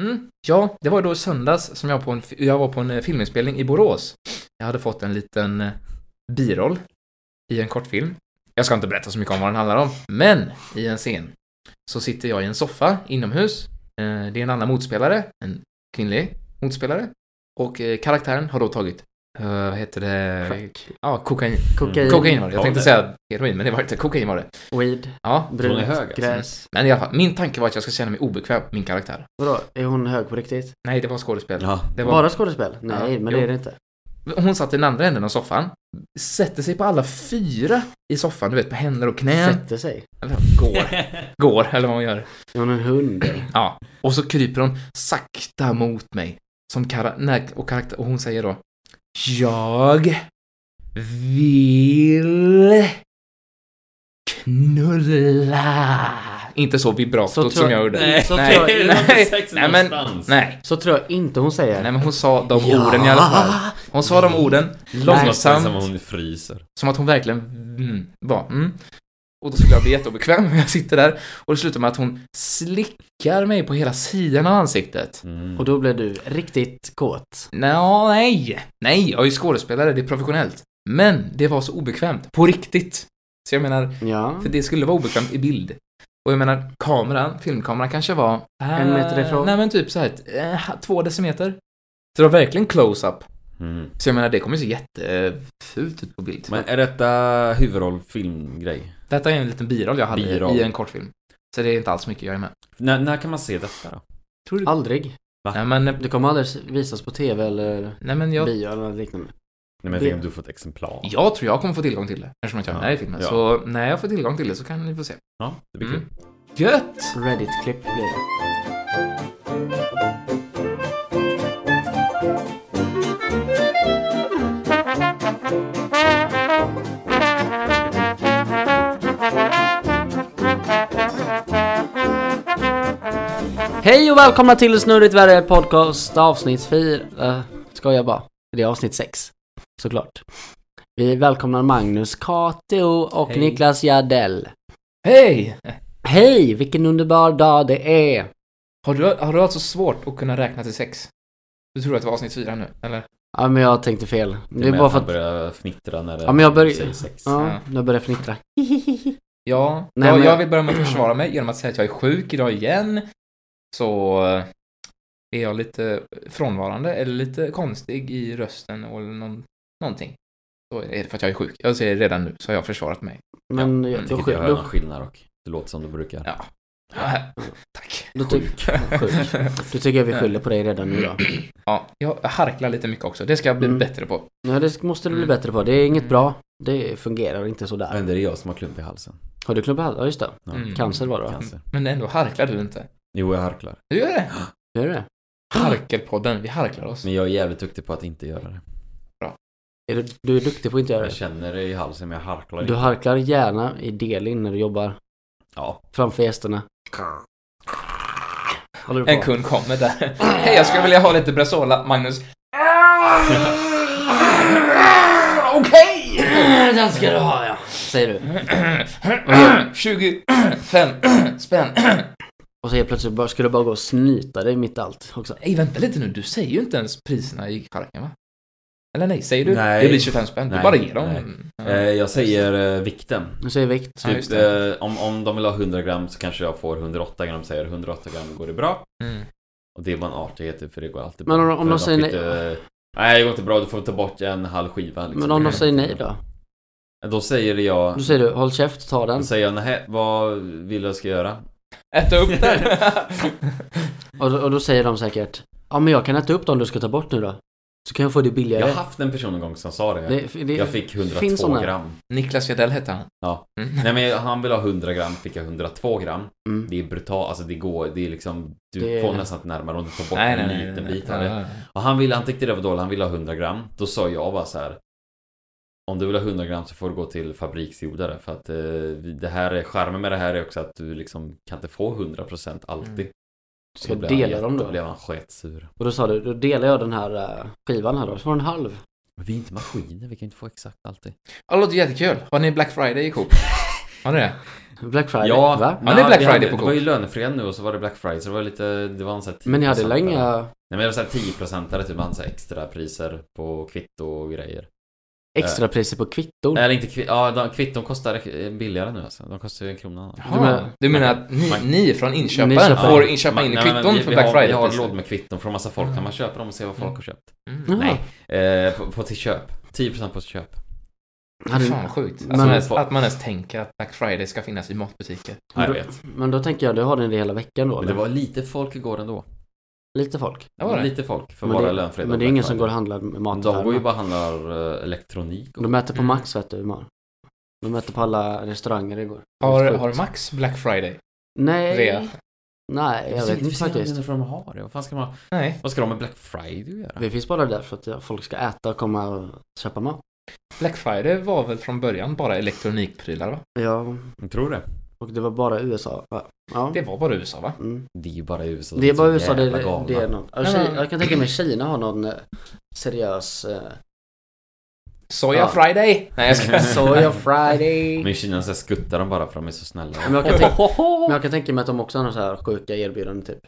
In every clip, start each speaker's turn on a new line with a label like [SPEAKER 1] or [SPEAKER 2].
[SPEAKER 1] Mm. Ja, det var ju då i söndags som jag, på en, fi- jag var på en eh, filminspelning i Borås. Jag hade fått en liten eh, biroll i en kortfilm. Jag ska inte berätta så mycket om vad den handlar om, men i en scen så sitter jag i en soffa inomhus. Eh, Det är en annan motspelare, en kvinnlig motspelare. Och eh, karaktären har då tagit, eh, vad heter det?
[SPEAKER 2] Crack.
[SPEAKER 1] Ja, kokain.
[SPEAKER 2] Kokain,
[SPEAKER 1] Kokain var det. Jag tänkte
[SPEAKER 3] Ja,
[SPEAKER 1] säga heroin, men det var inte. Kokain var det.
[SPEAKER 2] weed,
[SPEAKER 1] Ja.
[SPEAKER 3] Hon är
[SPEAKER 2] brunt,
[SPEAKER 3] hög, alltså.
[SPEAKER 2] gräs.
[SPEAKER 1] Men i alla fall, min tanke var att jag ska känna mig obekväm med min karaktär.
[SPEAKER 2] Vadå, är hon hög på riktigt?
[SPEAKER 1] Nej, det var skådespel.
[SPEAKER 3] Ja.
[SPEAKER 1] Det var...
[SPEAKER 2] Bara skådespel? Nej,
[SPEAKER 1] Ja,
[SPEAKER 2] men
[SPEAKER 1] jo.
[SPEAKER 2] det är det inte.
[SPEAKER 1] Hon satt i den andra änden av soffan, sätter sig på alla fyra i soffan, du vet på händer och knän.
[SPEAKER 2] Sätter sig.
[SPEAKER 1] Eller går, går, eller vad hon gör.
[SPEAKER 2] Är hon en hund?
[SPEAKER 1] Ja. Och så kryper hon sakta mot mig. Som kara- nej, och, karaktär- och hon säger då Jag vill knulla. Inte så
[SPEAKER 2] Så
[SPEAKER 1] vibratot
[SPEAKER 2] tror-
[SPEAKER 1] som jag gjorde.
[SPEAKER 2] Nej, så tror jag-
[SPEAKER 1] nej,
[SPEAKER 3] Sex
[SPEAKER 1] nej, men,
[SPEAKER 3] någonstans.
[SPEAKER 1] nej,
[SPEAKER 2] Så tror jag inte hon säger.
[SPEAKER 1] nej, men hon sa de orden i alla fall. Hon sa de orden
[SPEAKER 3] Långsamt.
[SPEAKER 1] långsamt.
[SPEAKER 3] Som hon fryser.
[SPEAKER 1] Som att hon verkligen mm, var, mm. Och då skulle jag bli jätteobekväm när jag sitter där. Och det slutar med att hon slickar mig på hela sidan av ansiktet.
[SPEAKER 3] Mm.
[SPEAKER 2] Och då blev du riktigt kåt.
[SPEAKER 1] Nå, nej, nej, jag är ju skådespelare, det är professionellt. Men det var så obekvämt, på riktigt. Så jag menar,
[SPEAKER 2] Ja.
[SPEAKER 1] för det skulle vara obekvämt i bild. Och jag menar, kameran, filmkameran kanske var...
[SPEAKER 2] En meter
[SPEAKER 1] eh,
[SPEAKER 2] ifrån.
[SPEAKER 1] Nej men typ så här, eh, två decimeter. Så det var verkligen close-up.
[SPEAKER 3] Mm.
[SPEAKER 1] Så jag menar, det kommer ju se jättefult ut på bild.
[SPEAKER 3] Men är detta huvudroll filmgrej?
[SPEAKER 1] Detta är en liten biroll jag hade i-
[SPEAKER 3] Biroll.
[SPEAKER 1] i en kortfilm. Så det är inte alls mycket jag är med.
[SPEAKER 3] När, när kan man se detta då?
[SPEAKER 1] Tror du?
[SPEAKER 2] Aldrig.
[SPEAKER 1] Nej men,
[SPEAKER 2] Det kommer aldrig visas på tv eller
[SPEAKER 1] nej, men jag,
[SPEAKER 2] bio eller något liknande.
[SPEAKER 3] Nej, men jag
[SPEAKER 2] Det-
[SPEAKER 3] tänker om du får ett exemplar.
[SPEAKER 1] jag tror jag kommer få tillgång till det. Eftersom att jag är med i filmen.
[SPEAKER 3] Ja.
[SPEAKER 1] Så när jag får tillgång till det så kan ni få se.
[SPEAKER 3] Ja, det blir
[SPEAKER 1] Mm.
[SPEAKER 3] kul.
[SPEAKER 1] Gött!
[SPEAKER 2] Reddit-klipp blir det. Hej och välkomna till Snurrigt Värre Podcast avsnitt 4. Ska jag bara. Det är avsnitt 6. Såklart. Vi välkomnar Magnus Kateo och
[SPEAKER 1] Hej.
[SPEAKER 2] Niklas Jardell.
[SPEAKER 1] Hej!
[SPEAKER 2] Hej, vilken underbar dag det är!
[SPEAKER 1] Har du, har du alltså svårt att kunna räkna till sex? Du tror att det var avsnitt fyra nu, eller?
[SPEAKER 2] Ja men jag tänkte fel. Det är
[SPEAKER 3] med
[SPEAKER 2] bara
[SPEAKER 3] att
[SPEAKER 2] för
[SPEAKER 3] man
[SPEAKER 2] att...
[SPEAKER 3] börjar fnittra när det
[SPEAKER 2] Ja, men jag börjar-
[SPEAKER 3] säger sex.
[SPEAKER 2] Ja, nu börjar jag fnittra.
[SPEAKER 1] Ja.
[SPEAKER 2] Nej,
[SPEAKER 1] jag,
[SPEAKER 2] men-
[SPEAKER 1] jag vill börja med att försvara mig genom att säga att jag är sjuk idag igen. Så eh, är jag lite frånvarande eller lite konstig i rösten eller någon, någonting. Så är det för att jag är sjuk. Jag säger redan nu, så har jag försvarat mig.
[SPEAKER 2] Men
[SPEAKER 1] Ja,
[SPEAKER 2] jag,
[SPEAKER 3] Jag
[SPEAKER 2] då,
[SPEAKER 3] tycker jag
[SPEAKER 2] då,
[SPEAKER 3] hör någon
[SPEAKER 2] då,
[SPEAKER 3] skillnad och det låter som du brukar.
[SPEAKER 1] Ja. Ja, Tack.
[SPEAKER 2] då, ty, sjuk. då tycker jag vi skyller på dig redan nu då.
[SPEAKER 1] Ja, jag harklar lite mycket också. Det ska jag bli
[SPEAKER 2] Mm.
[SPEAKER 1] bättre på.
[SPEAKER 2] Ja, det måste du bli bättre på. Det är inget bra. Det fungerar inte sådär.
[SPEAKER 3] Men det är jag som har klump i halsen.
[SPEAKER 2] Har du klump i halsen? Ja, just det.
[SPEAKER 3] Ja.
[SPEAKER 1] Mm.
[SPEAKER 2] Cancer var det va?
[SPEAKER 3] Cancer.
[SPEAKER 1] Men ändå harklar du inte.
[SPEAKER 3] Jo, jag harklar.
[SPEAKER 1] Du gör det.
[SPEAKER 2] Gör du det?
[SPEAKER 1] Harkelpodden, vi harklar oss.
[SPEAKER 3] Men jag är jävligt duktig på att inte göra det.
[SPEAKER 2] Är du, du är duktig på att inte göra
[SPEAKER 3] Jag
[SPEAKER 2] det.
[SPEAKER 3] känner det i halsen men jag harklar
[SPEAKER 2] Du
[SPEAKER 3] inte.
[SPEAKER 2] harklar gärna i delin när du jobbar
[SPEAKER 3] Ja.
[SPEAKER 2] framför gästerna. Håller du på?
[SPEAKER 1] En kund kommer där. Hej, jag skulle vilja ha lite Brezola, Magnus. Okej!
[SPEAKER 2] Den ska du ha ja! Säger du.
[SPEAKER 1] 25 spänn.
[SPEAKER 2] Och så helt plötsligt bara, ska du bara gå och snyta dig mitt i allt också.
[SPEAKER 1] Nej, vänta lite nu. Du säger ju inte ens priserna i charken, va? Eller nej, säger du?
[SPEAKER 3] Nej.
[SPEAKER 1] Det blir 25 spänn. Du
[SPEAKER 3] Nej,
[SPEAKER 1] bara ger dem. Mm.
[SPEAKER 3] nej.
[SPEAKER 2] Mm.
[SPEAKER 1] Ja.
[SPEAKER 3] Eh, jag säger eh, vikten.
[SPEAKER 2] Nu säger vikt.
[SPEAKER 1] Ja, just
[SPEAKER 3] Typ, eh, om, om de vill ha 100 gram så kanske jag får 108 gram. Säger 108 gram går det bra.
[SPEAKER 1] Mm.
[SPEAKER 3] Och det är bara en artighet typ, för det går alltid
[SPEAKER 2] Men
[SPEAKER 3] bra.
[SPEAKER 2] om de- om
[SPEAKER 3] För
[SPEAKER 2] de säger
[SPEAKER 3] fick inte- Nej, det går inte bra. Du får ta bort en halv skiva. Liksom.
[SPEAKER 2] Men om de säger nej då?
[SPEAKER 3] Då säger jag...
[SPEAKER 2] Då säger du håll käft, ta
[SPEAKER 3] Då
[SPEAKER 2] den.
[SPEAKER 3] säger jag nej, vad vill du jag ska göra?
[SPEAKER 1] Äta upp den.
[SPEAKER 3] Mm.
[SPEAKER 2] Och, då- och då säger de säkert Ja men jag kan äta upp dem du ska ta bort nu då. Så kan jag få det
[SPEAKER 3] Jag
[SPEAKER 2] billigare.
[SPEAKER 3] har haft en person en gång som sa det.
[SPEAKER 2] Det, det,
[SPEAKER 3] jag fick 102
[SPEAKER 2] finns såna.
[SPEAKER 3] gram.
[SPEAKER 1] Niklas Gardell hette han.
[SPEAKER 3] Ja.
[SPEAKER 1] Mm.
[SPEAKER 3] Nej men han vill ha 100 gram, fick jag 102 gram.
[SPEAKER 2] Mm.
[SPEAKER 3] Det är brutalt, alltså det går, det är liksom Du
[SPEAKER 2] Det-
[SPEAKER 3] får nästan inte närmare om du tar bort
[SPEAKER 1] Nej,
[SPEAKER 3] en
[SPEAKER 1] nej, nej,
[SPEAKER 3] liten
[SPEAKER 1] nej,
[SPEAKER 3] bit
[SPEAKER 1] nej.
[SPEAKER 3] av det.
[SPEAKER 1] Ja.
[SPEAKER 3] Och han ville, han tyckte det var dåligt, han ville ha 100 gram. Då sa jag bara så här. Om du vill ha 100 gram så får du gå till fabriksjordare för att eh, vi- det här, är- charmen med det här är också att du liksom kan inte få 100% alltid.
[SPEAKER 1] Mm.
[SPEAKER 2] Ska jag
[SPEAKER 3] Och då blev han
[SPEAKER 2] dela dem
[SPEAKER 3] jätte-
[SPEAKER 2] då?
[SPEAKER 3] Då blev han sketsur.
[SPEAKER 2] Och då sa du, då delar jag den här eh, skivan här då. Så var det en halv.
[SPEAKER 3] Men vi är inte maskiner, vi kan inte få exakt alltid.
[SPEAKER 1] Ja, det låter jättekul. Har ni Black Friday i Coop? Har ni det?
[SPEAKER 2] Black Friday,
[SPEAKER 3] Ja,
[SPEAKER 2] va?
[SPEAKER 1] Ja, det är Black
[SPEAKER 3] vi
[SPEAKER 1] Friday
[SPEAKER 3] hade,
[SPEAKER 1] på
[SPEAKER 3] Det var ju lönefria nu och så var det Black Friday så det var lite, det var en sån här 10
[SPEAKER 2] Men ni hade länge
[SPEAKER 3] Nej men det var såhär 10% typ, man hade extra priser på kvitto och grejer. Eh.
[SPEAKER 2] extrapriser på kvitton.
[SPEAKER 3] Eller inte kvitto, ja de, kvitton kostar eh, billigare nu alltså. De kostar ju en krona.
[SPEAKER 1] Du menar, du menar att ni,
[SPEAKER 3] Man-
[SPEAKER 1] ni från inköparen
[SPEAKER 2] Ni köper-
[SPEAKER 1] får
[SPEAKER 3] Ja.
[SPEAKER 1] köpa in
[SPEAKER 3] Nej, men
[SPEAKER 1] kvitton
[SPEAKER 3] vi-
[SPEAKER 1] för
[SPEAKER 3] vi
[SPEAKER 1] Black
[SPEAKER 3] har- Vi har
[SPEAKER 1] Friday?
[SPEAKER 3] lådor med kvitton från massa folk. Kan
[SPEAKER 2] Mm.
[SPEAKER 3] man köpa dem och se vad folk har köpt?
[SPEAKER 1] Mm.
[SPEAKER 2] Jaha.
[SPEAKER 3] Nej. Eh, på, på till köp. 10% på köp.
[SPEAKER 2] Hade-
[SPEAKER 1] Fan sjukt. Att,
[SPEAKER 2] Men-
[SPEAKER 1] man ens, att man ens tänker att Black Friday ska finnas i matbutiker.
[SPEAKER 3] Ja, jag
[SPEAKER 2] Men
[SPEAKER 3] vet.
[SPEAKER 2] då- Men då tänker jag, du har den det hela veckan då
[SPEAKER 3] Men det
[SPEAKER 2] eller?
[SPEAKER 3] var lite folk igår ändå.
[SPEAKER 2] Lite folk.
[SPEAKER 1] Det var det.
[SPEAKER 3] Lite folk för
[SPEAKER 2] men,
[SPEAKER 3] bara
[SPEAKER 2] det
[SPEAKER 3] lönfredag.
[SPEAKER 2] men det är ingen som går och handlar med mat
[SPEAKER 3] De går ju bara och handlar eh, elektronik. Och...
[SPEAKER 2] De äter på
[SPEAKER 1] Mm.
[SPEAKER 2] Max vet du imorgon. De äter på alla restauranger igår.
[SPEAKER 1] Har,
[SPEAKER 2] Sjukt.
[SPEAKER 1] har Max Black Friday?
[SPEAKER 2] Nej.
[SPEAKER 1] Rea.
[SPEAKER 2] Nej, jag vet inte
[SPEAKER 3] faktiskt.
[SPEAKER 2] faktiskt.
[SPEAKER 3] Jag de har det. Vad fan ska man...
[SPEAKER 1] Nej.
[SPEAKER 3] Vad ska de med Black Friday att göra?
[SPEAKER 2] Det finns bara där för att ja, folk ska äta och komma och köpa mat.
[SPEAKER 1] Black Friday var väl från början bara elektronikprylar va?
[SPEAKER 2] Ja,
[SPEAKER 3] Jag tror det.
[SPEAKER 2] och det var bara USA. va? Ja.
[SPEAKER 1] Det var bara USA va?
[SPEAKER 2] Mm.
[SPEAKER 3] Det är ju bara i USA.
[SPEAKER 2] Det är bara
[SPEAKER 3] så
[SPEAKER 2] USA det,
[SPEAKER 3] jävla
[SPEAKER 2] det,
[SPEAKER 3] galna.
[SPEAKER 2] det är något. Ja,
[SPEAKER 1] Nej,
[SPEAKER 2] Ki-
[SPEAKER 1] men-
[SPEAKER 2] Jag kan tänka mig Kina har någon eh, seriös eh,
[SPEAKER 1] Soja
[SPEAKER 2] Ja.
[SPEAKER 1] Friday! Nej jag ska...
[SPEAKER 2] Soja Friday.
[SPEAKER 3] Men i Kina så här skuttar de bara för de är så snälla.
[SPEAKER 2] Men jag kan tänka, men jag kan tänka mig att de också har några så här sjuka erbjudanden typ.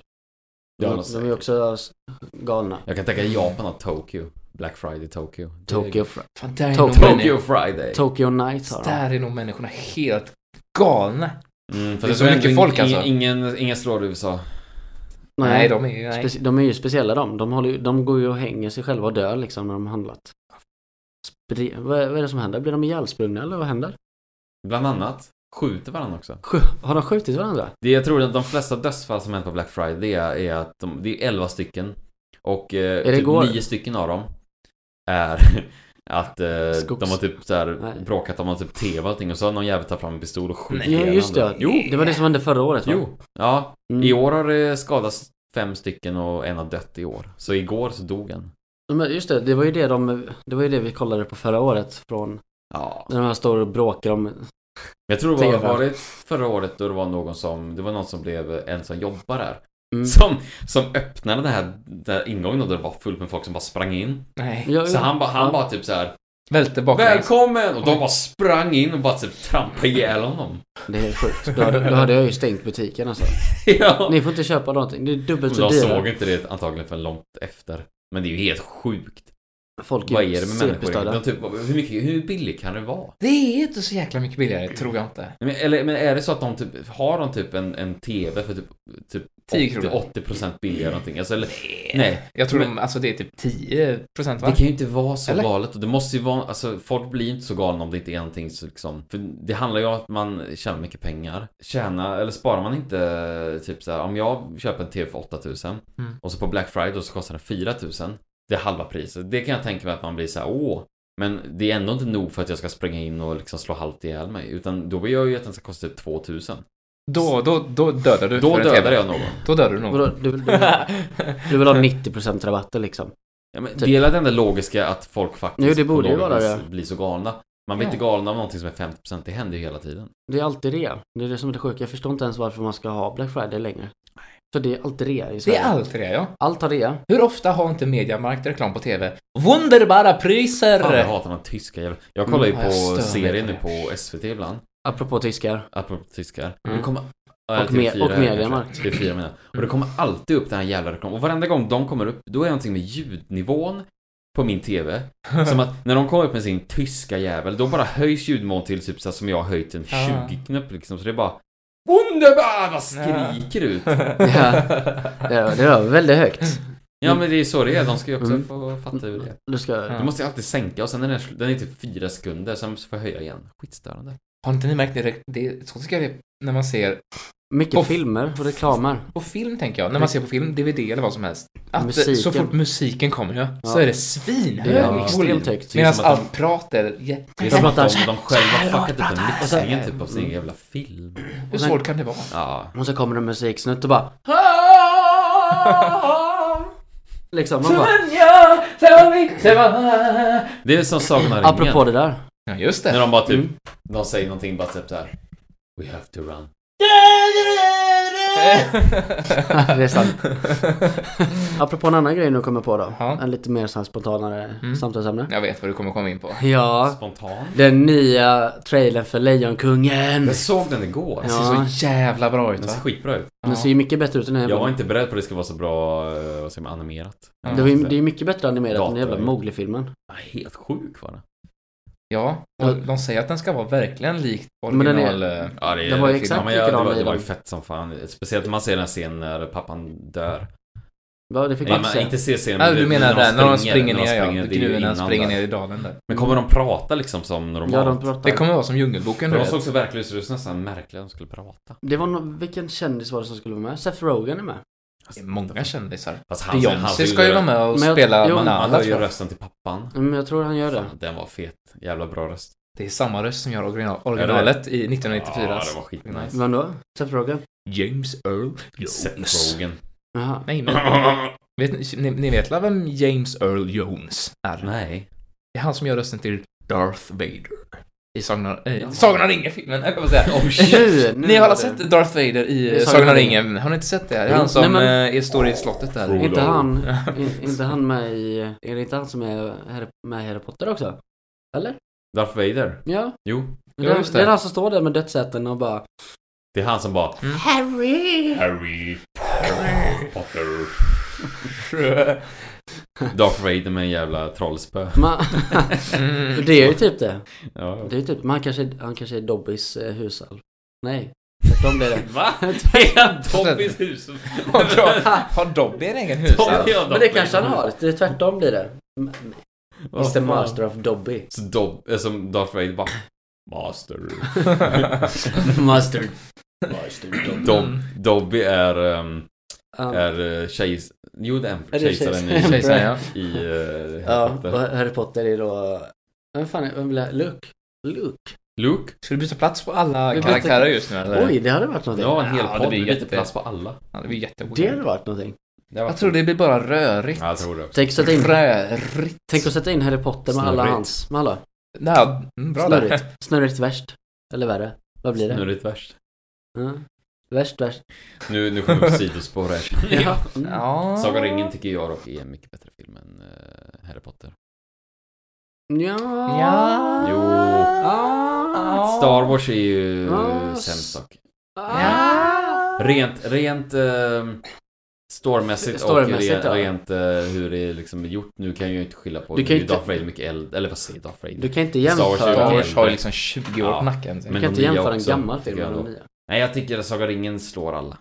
[SPEAKER 3] Ja,
[SPEAKER 2] De, de är ju också s- galna.
[SPEAKER 3] Jag kan tänka Japan har Tokyo. Black Friday Tokyo. Det-
[SPEAKER 2] Tokyo, Fri-
[SPEAKER 1] Fan, där, är
[SPEAKER 2] To-
[SPEAKER 1] nog
[SPEAKER 3] Tokyo
[SPEAKER 1] människor,
[SPEAKER 3] Friday.
[SPEAKER 2] Tokyo Night har de.
[SPEAKER 1] där är nog människorna helt galna.
[SPEAKER 3] Mm,
[SPEAKER 1] Det är så mycket
[SPEAKER 3] ing-
[SPEAKER 1] folk,
[SPEAKER 3] ing-
[SPEAKER 1] alltså.
[SPEAKER 3] Ingen, ingen slår i USA.
[SPEAKER 1] Nej, de är ju... Nej.
[SPEAKER 2] Speci- de är ju speciella de. De, håller, ju- de går ju och hänger sig själva och dör liksom när de har handlat. Spre- vad, är- vad är det som händer? Blir de ihjälsprungna eller vad händer?
[SPEAKER 3] Bland annat skjuter varandra också.
[SPEAKER 2] Skj- har de skjutit varandra?
[SPEAKER 3] Det jag tror att de flesta dödsfall som hänt på Black Friday det är, är att de, det är 11 stycken. Och eh,
[SPEAKER 2] det
[SPEAKER 3] typ
[SPEAKER 2] igår?
[SPEAKER 3] 9 stycken av dem är att eh,
[SPEAKER 2] Skogs-
[SPEAKER 3] de har typ så här
[SPEAKER 2] Nej.
[SPEAKER 3] bråkat om att typ tv och allting och så har någon jävel tagit fram en pistol och skjutit
[SPEAKER 1] Nej.
[SPEAKER 2] Jo,
[SPEAKER 3] ihjäl
[SPEAKER 2] just
[SPEAKER 3] andra.
[SPEAKER 2] det.
[SPEAKER 3] Jo!
[SPEAKER 2] Det var det som hände förra året va?
[SPEAKER 3] Jo! Ja,
[SPEAKER 2] Mm.
[SPEAKER 3] i år har det skadats fem stycken och en har dött i år. Så igår så dog en.
[SPEAKER 2] Men just det, det var ju det de, det var ju det vi kollade på förra året från
[SPEAKER 3] Ja.
[SPEAKER 2] när de här står och bråkar om... mm.
[SPEAKER 3] Jag tror det var,
[SPEAKER 2] TV.
[SPEAKER 3] var det förra året då det var någon som, det var någon som blev en som jobbar här.
[SPEAKER 2] Mm.
[SPEAKER 3] Som, som öppnade den här, den här ingången och det var fullt med folk som bara sprang in.
[SPEAKER 1] nej.
[SPEAKER 2] Ja,
[SPEAKER 3] Så
[SPEAKER 2] ja.
[SPEAKER 3] han bara, han
[SPEAKER 2] Ja.
[SPEAKER 3] bara typ så här
[SPEAKER 1] Välte baklänges.
[SPEAKER 3] Välkommen! Och de bara sprang in och bara typ trampade ihjäl honom.
[SPEAKER 2] Det är helt sjukt. Då hade, då hade jag ju stängt butiken alltså.
[SPEAKER 3] ja.
[SPEAKER 2] Ni får inte köpa någonting. Det är dubbelt så
[SPEAKER 3] De såg
[SPEAKER 2] dyrt.
[SPEAKER 3] inte det antagligen för långt efter. Men det är ju helt sjukt.
[SPEAKER 2] Folk
[SPEAKER 3] Vad är det med människor?
[SPEAKER 2] CP-störda.
[SPEAKER 3] De typ, hur, mycket, hur billig kan det vara?
[SPEAKER 1] Det är inte så jäkla mycket billigare, tror jag inte.
[SPEAKER 3] Men, eller, men är det så att de typ, har de typ en, en TV för typ, typ
[SPEAKER 1] 10 kronor.
[SPEAKER 3] 80% billigare eller någonting? Alltså, eller,
[SPEAKER 1] Nej.
[SPEAKER 3] nej.
[SPEAKER 1] Jag tror
[SPEAKER 3] Men-
[SPEAKER 1] de, alltså det är typ 10% va?
[SPEAKER 3] Det kan ju inte vara så
[SPEAKER 1] Eller?
[SPEAKER 3] galet. Och det måste ju vara, alltså folk blir inte så galna om det inte är någonting så liksom. För det handlar ju om att man tjänar mycket pengar. Tjäna, eller sparar man inte typ så här, om jag köper en TV för 8000
[SPEAKER 1] Mm.
[SPEAKER 3] och så på Black Friday så kostar den 4000. Det är halva priset. Det kan jag tänka mig att man blir så här, åh. Men det är ändå inte nog för att jag ska springa in och liksom slå halvt ihjäl mig. Utan då vill jag ju att den ska kosta typ 2000.
[SPEAKER 1] Då, då, då dödar du
[SPEAKER 3] Då
[SPEAKER 1] för en
[SPEAKER 3] dödar
[SPEAKER 1] TV.
[SPEAKER 3] jag någon.
[SPEAKER 1] Då dödar du någon.
[SPEAKER 2] Vadå, du, vill- du, vill ha- du vill ha 90% rabatter liksom?
[SPEAKER 3] Ja, men
[SPEAKER 2] Typ.
[SPEAKER 3] Det är väl den där logiska att folk faktiskt
[SPEAKER 2] Jo, det borde
[SPEAKER 3] på
[SPEAKER 2] ju
[SPEAKER 3] något
[SPEAKER 2] vara
[SPEAKER 3] vis
[SPEAKER 2] det.
[SPEAKER 3] blir så galna. Man blir
[SPEAKER 1] Ja.
[SPEAKER 3] inte galen av någonting som är 50% det händer ju hela tiden.
[SPEAKER 2] Det är alltid rea. Det är det som är det sjuka. Jag förstår inte ens varför man ska ha Black Friday längre. För det är alltid rea i
[SPEAKER 1] Det
[SPEAKER 2] Sverige.
[SPEAKER 1] är alltid det ja.
[SPEAKER 2] Allt har rea.
[SPEAKER 1] Hur ofta har inte Mediamarkt reklam på TV? Wunderbara priser!
[SPEAKER 3] Fan, jag hatar de tyska jävla... Jag kollar ju
[SPEAKER 1] Mm,
[SPEAKER 3] på
[SPEAKER 1] jag stör mig
[SPEAKER 3] serier
[SPEAKER 1] på
[SPEAKER 3] nu
[SPEAKER 1] det.
[SPEAKER 3] på SVT ibland.
[SPEAKER 2] Apropå tyskar.
[SPEAKER 3] Apropå tyskar.
[SPEAKER 2] Mm.
[SPEAKER 3] Det kommer...
[SPEAKER 2] Och me- och Mediamarkt.
[SPEAKER 3] Det är fyra menar jag. Och det kommer alltid upp den här jävla reklamen. Och varenda gång de kommer upp, då är det någonting med ljudnivån på min TV. Som att när de kommer upp med sin tyska jävel, då bara höjs ljudnivån till typ så här som jag har höjt en
[SPEAKER 1] Ah.
[SPEAKER 3] 20-knapp liksom. Så det är bara... Underbar! Vad skriker ut!
[SPEAKER 2] Ja, det, det var väldigt högt.
[SPEAKER 3] Ja men det är så det är, de ska ju också
[SPEAKER 2] Mm.
[SPEAKER 3] få fatta hur det är.
[SPEAKER 2] Du ska...
[SPEAKER 1] Ja.
[SPEAKER 3] Du måste ju alltid sänka och sen är den, den är typ fyra sekunder, sen får jag höja igen. Skitstörande.
[SPEAKER 1] Har inte ni märkt det? det är, så tycker jag det när man ser
[SPEAKER 2] Mycket
[SPEAKER 1] Off.
[SPEAKER 2] filmer och reklamer.
[SPEAKER 1] på film, tänker jag. När man ser på film, DVD eller vad som helst. Att eh, så
[SPEAKER 2] Musiken.
[SPEAKER 1] fort musiken kommer ja, så
[SPEAKER 2] Ja.
[SPEAKER 1] är det
[SPEAKER 2] Det är
[SPEAKER 1] svinhög
[SPEAKER 3] Ja.
[SPEAKER 1] volym.
[SPEAKER 2] extremt högt.
[SPEAKER 3] Det är typ
[SPEAKER 1] Medan
[SPEAKER 3] som att de-
[SPEAKER 1] allt prat är jätte...
[SPEAKER 3] Det är som att de, de
[SPEAKER 1] här
[SPEAKER 3] själva
[SPEAKER 1] långt
[SPEAKER 3] fuckat upp den
[SPEAKER 1] pratar
[SPEAKER 3] mixningen
[SPEAKER 1] jag.
[SPEAKER 3] typ av sin jävla film.
[SPEAKER 2] Mm.
[SPEAKER 1] Hur svårt kan det vara?
[SPEAKER 3] Ja.
[SPEAKER 2] Och så kommer det en musiksnutt och bara... Liksom, man bara...
[SPEAKER 3] Det är som Sagan om
[SPEAKER 2] Apropå
[SPEAKER 3] ringen.
[SPEAKER 2] det där.
[SPEAKER 1] Ja, just
[SPEAKER 3] När
[SPEAKER 1] det.
[SPEAKER 3] de bara typ,
[SPEAKER 2] Mm.
[SPEAKER 3] de säger någonting bara typ såhär. We have to run.
[SPEAKER 2] det är sant. Apropå en annan grej nu kommer jag på då.
[SPEAKER 1] Ja.
[SPEAKER 2] En lite mer sån här spontanare
[SPEAKER 1] Mm.
[SPEAKER 2] samtalsämne.
[SPEAKER 1] Jag vet vad du kommer komma in på.
[SPEAKER 2] Ja,
[SPEAKER 3] Spontan.
[SPEAKER 2] den nya trailern för Lejonkungen.
[SPEAKER 3] Jag såg den igår.
[SPEAKER 1] Det
[SPEAKER 2] Ja.
[SPEAKER 1] ser så jävla bra ut
[SPEAKER 3] Den
[SPEAKER 1] va?
[SPEAKER 3] ser skitbra ut.
[SPEAKER 2] Den ser ju mycket bättre ut än den här
[SPEAKER 3] Jag var
[SPEAKER 2] jävla...
[SPEAKER 3] inte beredd på att det skulle vara så bra, eh, vad säger man, animerat.
[SPEAKER 1] Ja.
[SPEAKER 2] Det, var ju, det är ju mycket bättre animerat än den
[SPEAKER 3] Dator.
[SPEAKER 2] jävla Mowgli-filmen.
[SPEAKER 3] Ja, Helt sjuk var den.
[SPEAKER 1] Ja,
[SPEAKER 2] Ja.
[SPEAKER 1] och de säger att den ska vara verkligen likt
[SPEAKER 2] Men den är-
[SPEAKER 1] original... eh,
[SPEAKER 3] Ja, det,
[SPEAKER 2] Den var ju
[SPEAKER 3] filmen.
[SPEAKER 2] exakt
[SPEAKER 3] men jag, det,
[SPEAKER 2] likadan
[SPEAKER 3] var,
[SPEAKER 2] i
[SPEAKER 3] det var ju
[SPEAKER 2] den.
[SPEAKER 3] fett som fan. Speciellt när man ser den här scenen när pappan dör.
[SPEAKER 2] Va, det fick
[SPEAKER 3] Nej,
[SPEAKER 2] man
[SPEAKER 3] man
[SPEAKER 2] se.
[SPEAKER 3] inte ser scenen.
[SPEAKER 1] Nej,
[SPEAKER 3] men
[SPEAKER 1] du
[SPEAKER 3] det-
[SPEAKER 1] menar där, när de springer
[SPEAKER 3] när de
[SPEAKER 1] ner ja.
[SPEAKER 3] springer, det är ju
[SPEAKER 1] Gruvorna
[SPEAKER 3] innan
[SPEAKER 1] springer
[SPEAKER 3] där.
[SPEAKER 1] ner i dalen där.
[SPEAKER 3] Men kommer de prata liksom som normalt?
[SPEAKER 2] Ja, de pratade.
[SPEAKER 1] Det kommer vara som Djungelboken du
[SPEAKER 3] De
[SPEAKER 1] vet.
[SPEAKER 3] såg så verklighetsrus nästan märkliga att de skulle prata.
[SPEAKER 2] Det var någon, vilken kändis var det som skulle vara med? Seth Rogen är med.
[SPEAKER 1] Det är många kändisar.
[SPEAKER 3] Fast han- han
[SPEAKER 1] Beyoncé
[SPEAKER 3] skulle
[SPEAKER 1] ska ju vara med och
[SPEAKER 2] Men jag-
[SPEAKER 1] spela
[SPEAKER 2] jo,
[SPEAKER 1] Manala
[SPEAKER 3] Han hör
[SPEAKER 1] tror
[SPEAKER 3] ju
[SPEAKER 1] jag.
[SPEAKER 3] rösten till pappan.
[SPEAKER 2] Mm, jag tror han gör det.
[SPEAKER 3] Fan, den var fet. Jävla bra röst.
[SPEAKER 1] Det är samma röst som gör original, originalet i 1994.
[SPEAKER 3] Ja, det
[SPEAKER 1] alltså.
[SPEAKER 3] var skitnice.
[SPEAKER 2] Vem då? Seth Rogen?
[SPEAKER 1] James Earl
[SPEAKER 3] Seth
[SPEAKER 1] Jones.
[SPEAKER 3] Rogen.
[SPEAKER 2] Jaha.
[SPEAKER 1] Nej, men vet, ni- ni, ni vet väl vem James Earl Jones är?
[SPEAKER 3] Nej.
[SPEAKER 1] Det är han som gör rösten till Darth Vader. I Sagan om- eh,
[SPEAKER 3] Jaha.
[SPEAKER 1] Sagan om ringen-filmen, höll jag på att säga.
[SPEAKER 3] Oh,
[SPEAKER 2] Nu, nu
[SPEAKER 1] Ni har
[SPEAKER 2] var
[SPEAKER 1] alla
[SPEAKER 2] det.
[SPEAKER 1] sett Darth Vader i
[SPEAKER 2] Det är
[SPEAKER 1] eh, Sagan om ringen? Har ni inte sett det? Det är
[SPEAKER 2] Jo.
[SPEAKER 1] han som
[SPEAKER 2] Nej, men-
[SPEAKER 1] eh, är, står i slottet där.
[SPEAKER 3] Frodo.
[SPEAKER 2] Inte han, in, inte han med i... Är det inte han som är Harry, med i Harry Potter också? Eller?
[SPEAKER 3] Darth Vader.
[SPEAKER 2] Ja.
[SPEAKER 3] Jo.
[SPEAKER 2] Det är,
[SPEAKER 1] just
[SPEAKER 2] det.
[SPEAKER 1] det.
[SPEAKER 2] är han som står där med dödsäten och bara...
[SPEAKER 3] Det är han som bara
[SPEAKER 2] Harry!
[SPEAKER 3] Harry Potter.
[SPEAKER 1] Mm.
[SPEAKER 3] Darth Vader med en jävla trollspö.
[SPEAKER 2] Man,
[SPEAKER 1] Mm.
[SPEAKER 2] det är ju typ det.
[SPEAKER 3] Ja.
[SPEAKER 2] Det är ju typ, men han kanske, är- han kanske är Dobbys eh, husalv. Nej. Tvärtom blir det.
[SPEAKER 3] Va? Är han Dobbys hus?
[SPEAKER 1] Har Dobby- Har Dobby en egen hus?
[SPEAKER 3] Dobby har
[SPEAKER 2] Men det
[SPEAKER 3] Darth
[SPEAKER 2] kanske han
[SPEAKER 3] Vader.
[SPEAKER 2] har. Det är tvärtom blir det. M-
[SPEAKER 3] Vad
[SPEAKER 2] Mr
[SPEAKER 3] fan.
[SPEAKER 2] Master of Dobby.
[SPEAKER 3] Så Dob- eh, som Darth Vader bara Master.
[SPEAKER 2] Master. Master Dobby.
[SPEAKER 3] Dob- Dobby är, ehm,
[SPEAKER 2] Um,
[SPEAKER 3] är eh, kejs... Jo, det är en-
[SPEAKER 2] Är det
[SPEAKER 3] kejsaren
[SPEAKER 2] kejsaren?
[SPEAKER 3] i,
[SPEAKER 1] Kejsaren, ja.
[SPEAKER 3] i uh,
[SPEAKER 2] ja, och Harry Potter är då... Vem fan är... Vem blir Luke? Luke?
[SPEAKER 3] Luke?
[SPEAKER 1] Ska du byta plats på alla
[SPEAKER 2] Vi
[SPEAKER 1] karaktärer
[SPEAKER 2] byter-
[SPEAKER 1] just nu eller?
[SPEAKER 2] Oj, det hade varit någonting.
[SPEAKER 3] Ja, en hel
[SPEAKER 1] Ja, det
[SPEAKER 3] podd
[SPEAKER 1] blir
[SPEAKER 3] med lite
[SPEAKER 1] jätte-
[SPEAKER 3] plats på alla.
[SPEAKER 1] Ja, det blir
[SPEAKER 2] Det
[SPEAKER 1] jätteweird.
[SPEAKER 2] hade varit någonting.
[SPEAKER 1] Jag tror det blir bara rörigt.
[SPEAKER 3] Ja, jag tror det också.
[SPEAKER 2] Tänk att sätta in,
[SPEAKER 1] Rörigt.
[SPEAKER 2] tänk att sätta in Harry Potter med alla
[SPEAKER 3] Snurrigt.
[SPEAKER 2] hans... Med alla.
[SPEAKER 1] Ja, mm, bra där.
[SPEAKER 2] Snurrigt. Snurrigt värst. Eller värre. Vad blir det?
[SPEAKER 3] Snurrigt värst.
[SPEAKER 2] Ja. Värst, värst.
[SPEAKER 3] Nu, nu kommer vi på sidospår här.
[SPEAKER 2] Ja. Mm.
[SPEAKER 1] Ja.
[SPEAKER 3] Sagan om ringen tycker jag dock är en mycket bättre film än eh, Harry Potter.
[SPEAKER 2] Ja.
[SPEAKER 1] Ja.
[SPEAKER 3] Jo.
[SPEAKER 2] Ah.
[SPEAKER 3] Star Wars är ju
[SPEAKER 2] Ah,
[SPEAKER 3] ah,
[SPEAKER 2] s-
[SPEAKER 3] sämst dock.
[SPEAKER 2] Ah.
[SPEAKER 3] Rent, rent uh, stormässigt och
[SPEAKER 2] Storymässigt,
[SPEAKER 3] rent,
[SPEAKER 2] ja.
[SPEAKER 3] rent eh, hur det är liksom gjort. Nu kan jag ju inte skilja på.
[SPEAKER 2] Du kan
[SPEAKER 3] Du kan
[SPEAKER 2] ju
[SPEAKER 3] ju
[SPEAKER 2] inte-
[SPEAKER 3] Darth Vader mycket eld. Eller vad säger Darth Vader?
[SPEAKER 2] Du kan inte
[SPEAKER 3] Star Wars är
[SPEAKER 1] Star
[SPEAKER 3] ju
[SPEAKER 2] jämföra...
[SPEAKER 1] Wars har ju liksom 20 år på
[SPEAKER 3] Ja.
[SPEAKER 1] nacken.
[SPEAKER 2] Du
[SPEAKER 3] Men
[SPEAKER 2] kan inte
[SPEAKER 3] de nya
[SPEAKER 2] jämföra en
[SPEAKER 3] också,
[SPEAKER 2] gammal film
[SPEAKER 3] tycker
[SPEAKER 2] med de
[SPEAKER 3] jag då.
[SPEAKER 2] nya.
[SPEAKER 3] Nej, jag tycker att Sagan om ringen slår alla.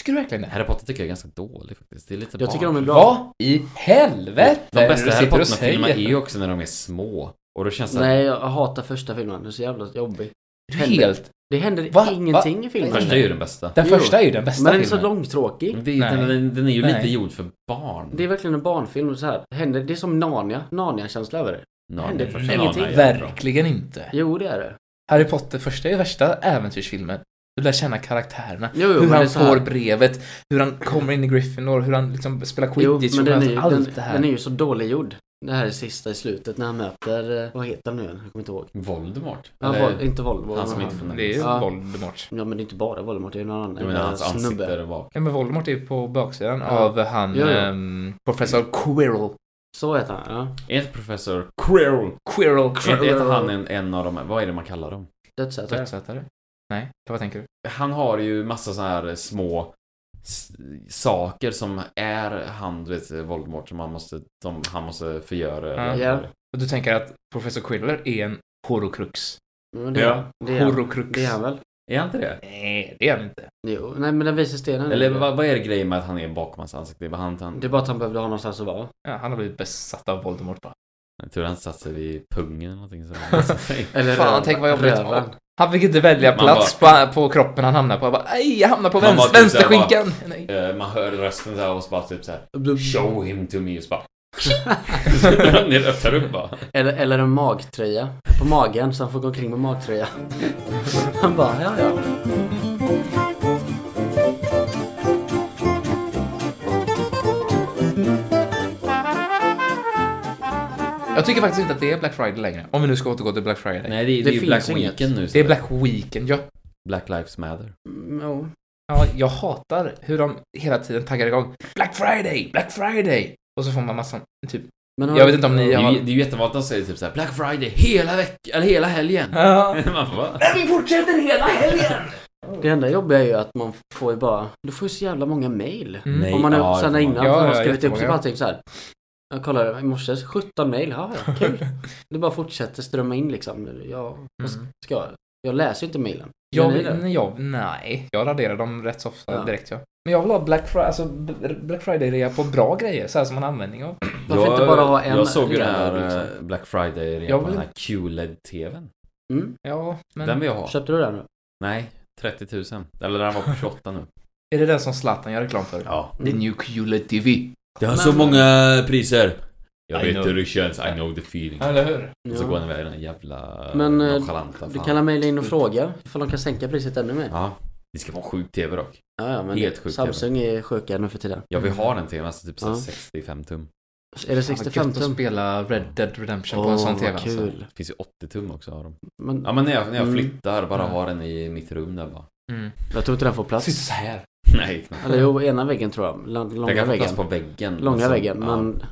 [SPEAKER 1] Tycker du verkligen det?
[SPEAKER 3] Harry Potter tycker jag är ganska dålig faktiskt. Det är lite
[SPEAKER 2] Jag tycker de är
[SPEAKER 3] barn.
[SPEAKER 2] bra.
[SPEAKER 1] Vad i helvete?
[SPEAKER 3] De bästa
[SPEAKER 1] Du
[SPEAKER 3] Harry
[SPEAKER 1] sitter och
[SPEAKER 3] Potter-filmerna är
[SPEAKER 1] säger.
[SPEAKER 3] ju också när de är små. Och då känns det
[SPEAKER 2] Nej, jag hatar första filmen. Den är så jävla jobbig.
[SPEAKER 1] Du är Helt.
[SPEAKER 2] Det händer
[SPEAKER 1] Va?
[SPEAKER 2] ingenting i filmen.
[SPEAKER 1] Va?
[SPEAKER 3] Första är ju den bästa.
[SPEAKER 1] Den
[SPEAKER 2] Jo.
[SPEAKER 1] första är ju den bästa
[SPEAKER 2] Men den är så
[SPEAKER 1] filmen.
[SPEAKER 2] långtråkig.
[SPEAKER 3] Det är, den,
[SPEAKER 1] Nej.
[SPEAKER 3] den, den är ju lite
[SPEAKER 1] Nej.
[SPEAKER 3] gjord för barn.
[SPEAKER 2] Det är verkligen en barnfilm. och Så här. Händer, det är som Narnia. Narnia-känsla över det.
[SPEAKER 3] Narnia
[SPEAKER 2] händer
[SPEAKER 3] första
[SPEAKER 2] ingenting.
[SPEAKER 3] Narnia är jättebra.
[SPEAKER 1] Verkligen inte.
[SPEAKER 2] Jo, det är det.
[SPEAKER 1] Harry Potter första är värsta äventyrsfilmen. Du lär känna karaktärerna.
[SPEAKER 2] Jo, jo,
[SPEAKER 1] hur
[SPEAKER 2] men det är
[SPEAKER 1] han
[SPEAKER 2] så här.
[SPEAKER 1] får brevet, hur han kommer in i Gryffindor, hur han liksom spelar
[SPEAKER 2] Jo,
[SPEAKER 1] quidditch
[SPEAKER 2] men
[SPEAKER 1] och
[SPEAKER 2] den är,
[SPEAKER 1] möter
[SPEAKER 2] ju,
[SPEAKER 1] allt
[SPEAKER 2] den,
[SPEAKER 1] det här.
[SPEAKER 2] den är ju så dålig gjord. Det här är sista i slutet när han möter, eh, vad heter han nu igen? Jag kommer inte ihåg.
[SPEAKER 3] Voldemort?
[SPEAKER 2] Han
[SPEAKER 3] Eller-
[SPEAKER 2] var, inte Voldemort.
[SPEAKER 3] han som
[SPEAKER 2] men
[SPEAKER 3] inte får-
[SPEAKER 1] Det är ju
[SPEAKER 2] Ja.
[SPEAKER 1] Voldemort.
[SPEAKER 2] Ja men det är inte bara Voldemort, det är ju någon annan.
[SPEAKER 3] Jag menar hans
[SPEAKER 2] jävla
[SPEAKER 3] ansikte där bak.
[SPEAKER 1] Ja, men Voldemort är ju på baksidan
[SPEAKER 2] Ja.
[SPEAKER 1] av han,
[SPEAKER 2] Jo, jo.
[SPEAKER 1] ehm, professor Quirrell.
[SPEAKER 2] Så heter han, ja.
[SPEAKER 3] Är inte professor Quirrell?
[SPEAKER 1] Quirrell.
[SPEAKER 3] Är inte- är inte han en, en av de här, vad är det man kallar dem?
[SPEAKER 2] Dödsätare.
[SPEAKER 1] Dödsätare? Nej, vad tänker du?
[SPEAKER 3] Han har ju massa såna här små s- saker som är han, du vet, Voldemort som han måste, som han måste
[SPEAKER 1] Ja.
[SPEAKER 3] förgöra.
[SPEAKER 2] Ja.
[SPEAKER 1] Och Du tänker att professor Quirrell är en horocrux?
[SPEAKER 2] Men det,
[SPEAKER 3] Ja.
[SPEAKER 2] det, är, han-
[SPEAKER 1] Horocrux?
[SPEAKER 2] det är han väl?
[SPEAKER 3] Är han inte det?
[SPEAKER 1] Nej, det är han inte.
[SPEAKER 2] Jo, nej men den vise stenen. är
[SPEAKER 3] Eller
[SPEAKER 2] det.
[SPEAKER 3] vad, vad är det grejen med att han är bakom hans ansikte? Vad Han, han,
[SPEAKER 2] Det är bara att han behövde ha någonstans att vara.
[SPEAKER 1] Ja, han har blivit besatt av Voldemort bara.
[SPEAKER 3] jag tror han satt sig vid pungen eller någonting så han satt sig.
[SPEAKER 2] Eller
[SPEAKER 1] Fan,
[SPEAKER 2] röven.
[SPEAKER 1] tänk vad jobbigt.
[SPEAKER 2] Röven.
[SPEAKER 1] Han fick inte välja
[SPEAKER 3] Man
[SPEAKER 1] plats på, på kroppen han hamnade på. Jag bara, nej, jag hamnar på
[SPEAKER 3] Man
[SPEAKER 1] vänster,
[SPEAKER 3] bara typ såhär
[SPEAKER 1] vänsterskinkan! Nej.
[SPEAKER 3] Eh, Man hör rösten där och så bara typ så här.
[SPEAKER 2] Blub.
[SPEAKER 3] Show him to me och så bara Ni öppnar upp bara
[SPEAKER 2] Eller, eller en magtröja. På magen, så han får gå omkring med magtröja. Han bara, ja ja.
[SPEAKER 1] Jag tycker faktiskt inte att det är Black Friday längre. Om vi nu ska återgå till Black Friday.
[SPEAKER 3] Nej det, är- det,
[SPEAKER 2] Det
[SPEAKER 3] är ju
[SPEAKER 2] finns
[SPEAKER 3] Black
[SPEAKER 2] inget.
[SPEAKER 3] Weekend nu
[SPEAKER 1] Det är Black Weekend, ja.
[SPEAKER 3] Black Lives Matter
[SPEAKER 2] Mm, jo.
[SPEAKER 1] Ja, jag hatar hur de hela tiden taggar igång Black Friday, Black Friday! Och så får man massa, typ,
[SPEAKER 2] Men har
[SPEAKER 1] jag
[SPEAKER 2] du-
[SPEAKER 1] vet inte om
[SPEAKER 3] Det
[SPEAKER 1] ni
[SPEAKER 3] är, ju,
[SPEAKER 1] har...
[SPEAKER 3] det är ju jättevanligt att de säger typ såhär Black Friday hela veckan, eller hela helgen.
[SPEAKER 1] Ja.
[SPEAKER 3] Man får bara,
[SPEAKER 1] Vi fortsätter hela helgen!
[SPEAKER 2] Det enda jobbiga är ju att man får ju bara, du får ju så jävla många mail.
[SPEAKER 1] Mm.
[SPEAKER 3] Nej.
[SPEAKER 2] Om man
[SPEAKER 3] ja,
[SPEAKER 2] är
[SPEAKER 3] det
[SPEAKER 2] sen
[SPEAKER 3] får man.
[SPEAKER 2] innan
[SPEAKER 1] Ja,
[SPEAKER 2] så har man
[SPEAKER 1] ja,
[SPEAKER 2] skrivit upp så
[SPEAKER 1] jättemånga.
[SPEAKER 2] bara typ såhär. Jag kollade i morse, 17 mail, ja ja, kul. det bara fortsätter strömma in liksom. Jag, vad
[SPEAKER 1] Mm.
[SPEAKER 2] ska jag, jag läser ju inte mailen.
[SPEAKER 1] Jag,
[SPEAKER 2] Gör ni
[SPEAKER 1] vill-
[SPEAKER 2] det?
[SPEAKER 1] nej, jag, nej, jag raderar dem rätt så ofta
[SPEAKER 2] Ja.
[SPEAKER 1] direkt ja. Men jag vill ha Black Friday, alltså b- Black Friday-rea på bra grejer, så här som man använder av.
[SPEAKER 2] Varför inte bara ha en
[SPEAKER 3] Jag såg ju den
[SPEAKER 2] rea,
[SPEAKER 3] här
[SPEAKER 2] liksom?
[SPEAKER 3] eh, Black Friday
[SPEAKER 1] Jag
[SPEAKER 3] redan på
[SPEAKER 1] vill-
[SPEAKER 3] den här E QLED-TVn.
[SPEAKER 2] Mm.
[SPEAKER 1] Ja, men...
[SPEAKER 3] Den vill jag ha.
[SPEAKER 2] Köpte du den nu?
[SPEAKER 3] Nej, 30 000. Eller den var på 28 nu.
[SPEAKER 1] Är det den som Zlatan gör reklam för?
[SPEAKER 3] Ja.
[SPEAKER 1] The New QLED TV.
[SPEAKER 3] Det har
[SPEAKER 2] Men-
[SPEAKER 3] så många priser. Jag
[SPEAKER 1] I
[SPEAKER 3] vet
[SPEAKER 1] know.
[SPEAKER 3] hur det känns, I know the feeling.
[SPEAKER 1] Eller hur?
[SPEAKER 3] Och så går
[SPEAKER 2] Ja.
[SPEAKER 3] han iväg den jävla
[SPEAKER 2] Men, eh,
[SPEAKER 3] nonchalanta
[SPEAKER 2] Du
[SPEAKER 3] fan.
[SPEAKER 2] kan mejla in och fråga ifall de kan sänka priset ännu mer.
[SPEAKER 3] Ja. Det ska vara en sjuk TV dock.
[SPEAKER 2] Ja, ja, men
[SPEAKER 3] Helt
[SPEAKER 2] det-
[SPEAKER 3] sjukt
[SPEAKER 2] Samsung är sjuka nu för tiden.
[SPEAKER 3] Jag vill ha den TVn, alltså typ såhär
[SPEAKER 2] Mm. Ja.
[SPEAKER 3] 65 tum.
[SPEAKER 2] Är det
[SPEAKER 1] Fan,
[SPEAKER 2] 65
[SPEAKER 1] Gött att
[SPEAKER 2] tum?
[SPEAKER 1] spela Red Dead Redemption på
[SPEAKER 2] Åh,
[SPEAKER 1] en sån
[SPEAKER 2] vad
[SPEAKER 1] TV alltså.
[SPEAKER 2] kul.
[SPEAKER 3] Det finns ju 80 tum också av dem.
[SPEAKER 2] Men
[SPEAKER 3] Ja men när jag, när jag
[SPEAKER 2] Mm.
[SPEAKER 3] flyttar, bara
[SPEAKER 1] Ja.
[SPEAKER 3] ha den i mitt rum där bara.
[SPEAKER 1] Mm.
[SPEAKER 2] jag tror inte den får plats.
[SPEAKER 1] Sitter så här.
[SPEAKER 3] Nej, knappt.
[SPEAKER 2] Eller jo, ena väggen tror jag. Lång-
[SPEAKER 3] Den
[SPEAKER 2] Långa
[SPEAKER 3] kan få plats
[SPEAKER 2] väggen.
[SPEAKER 3] på väggen.
[SPEAKER 2] Långa
[SPEAKER 1] alltså,
[SPEAKER 3] så-
[SPEAKER 2] väggen,
[SPEAKER 3] ja,
[SPEAKER 2] men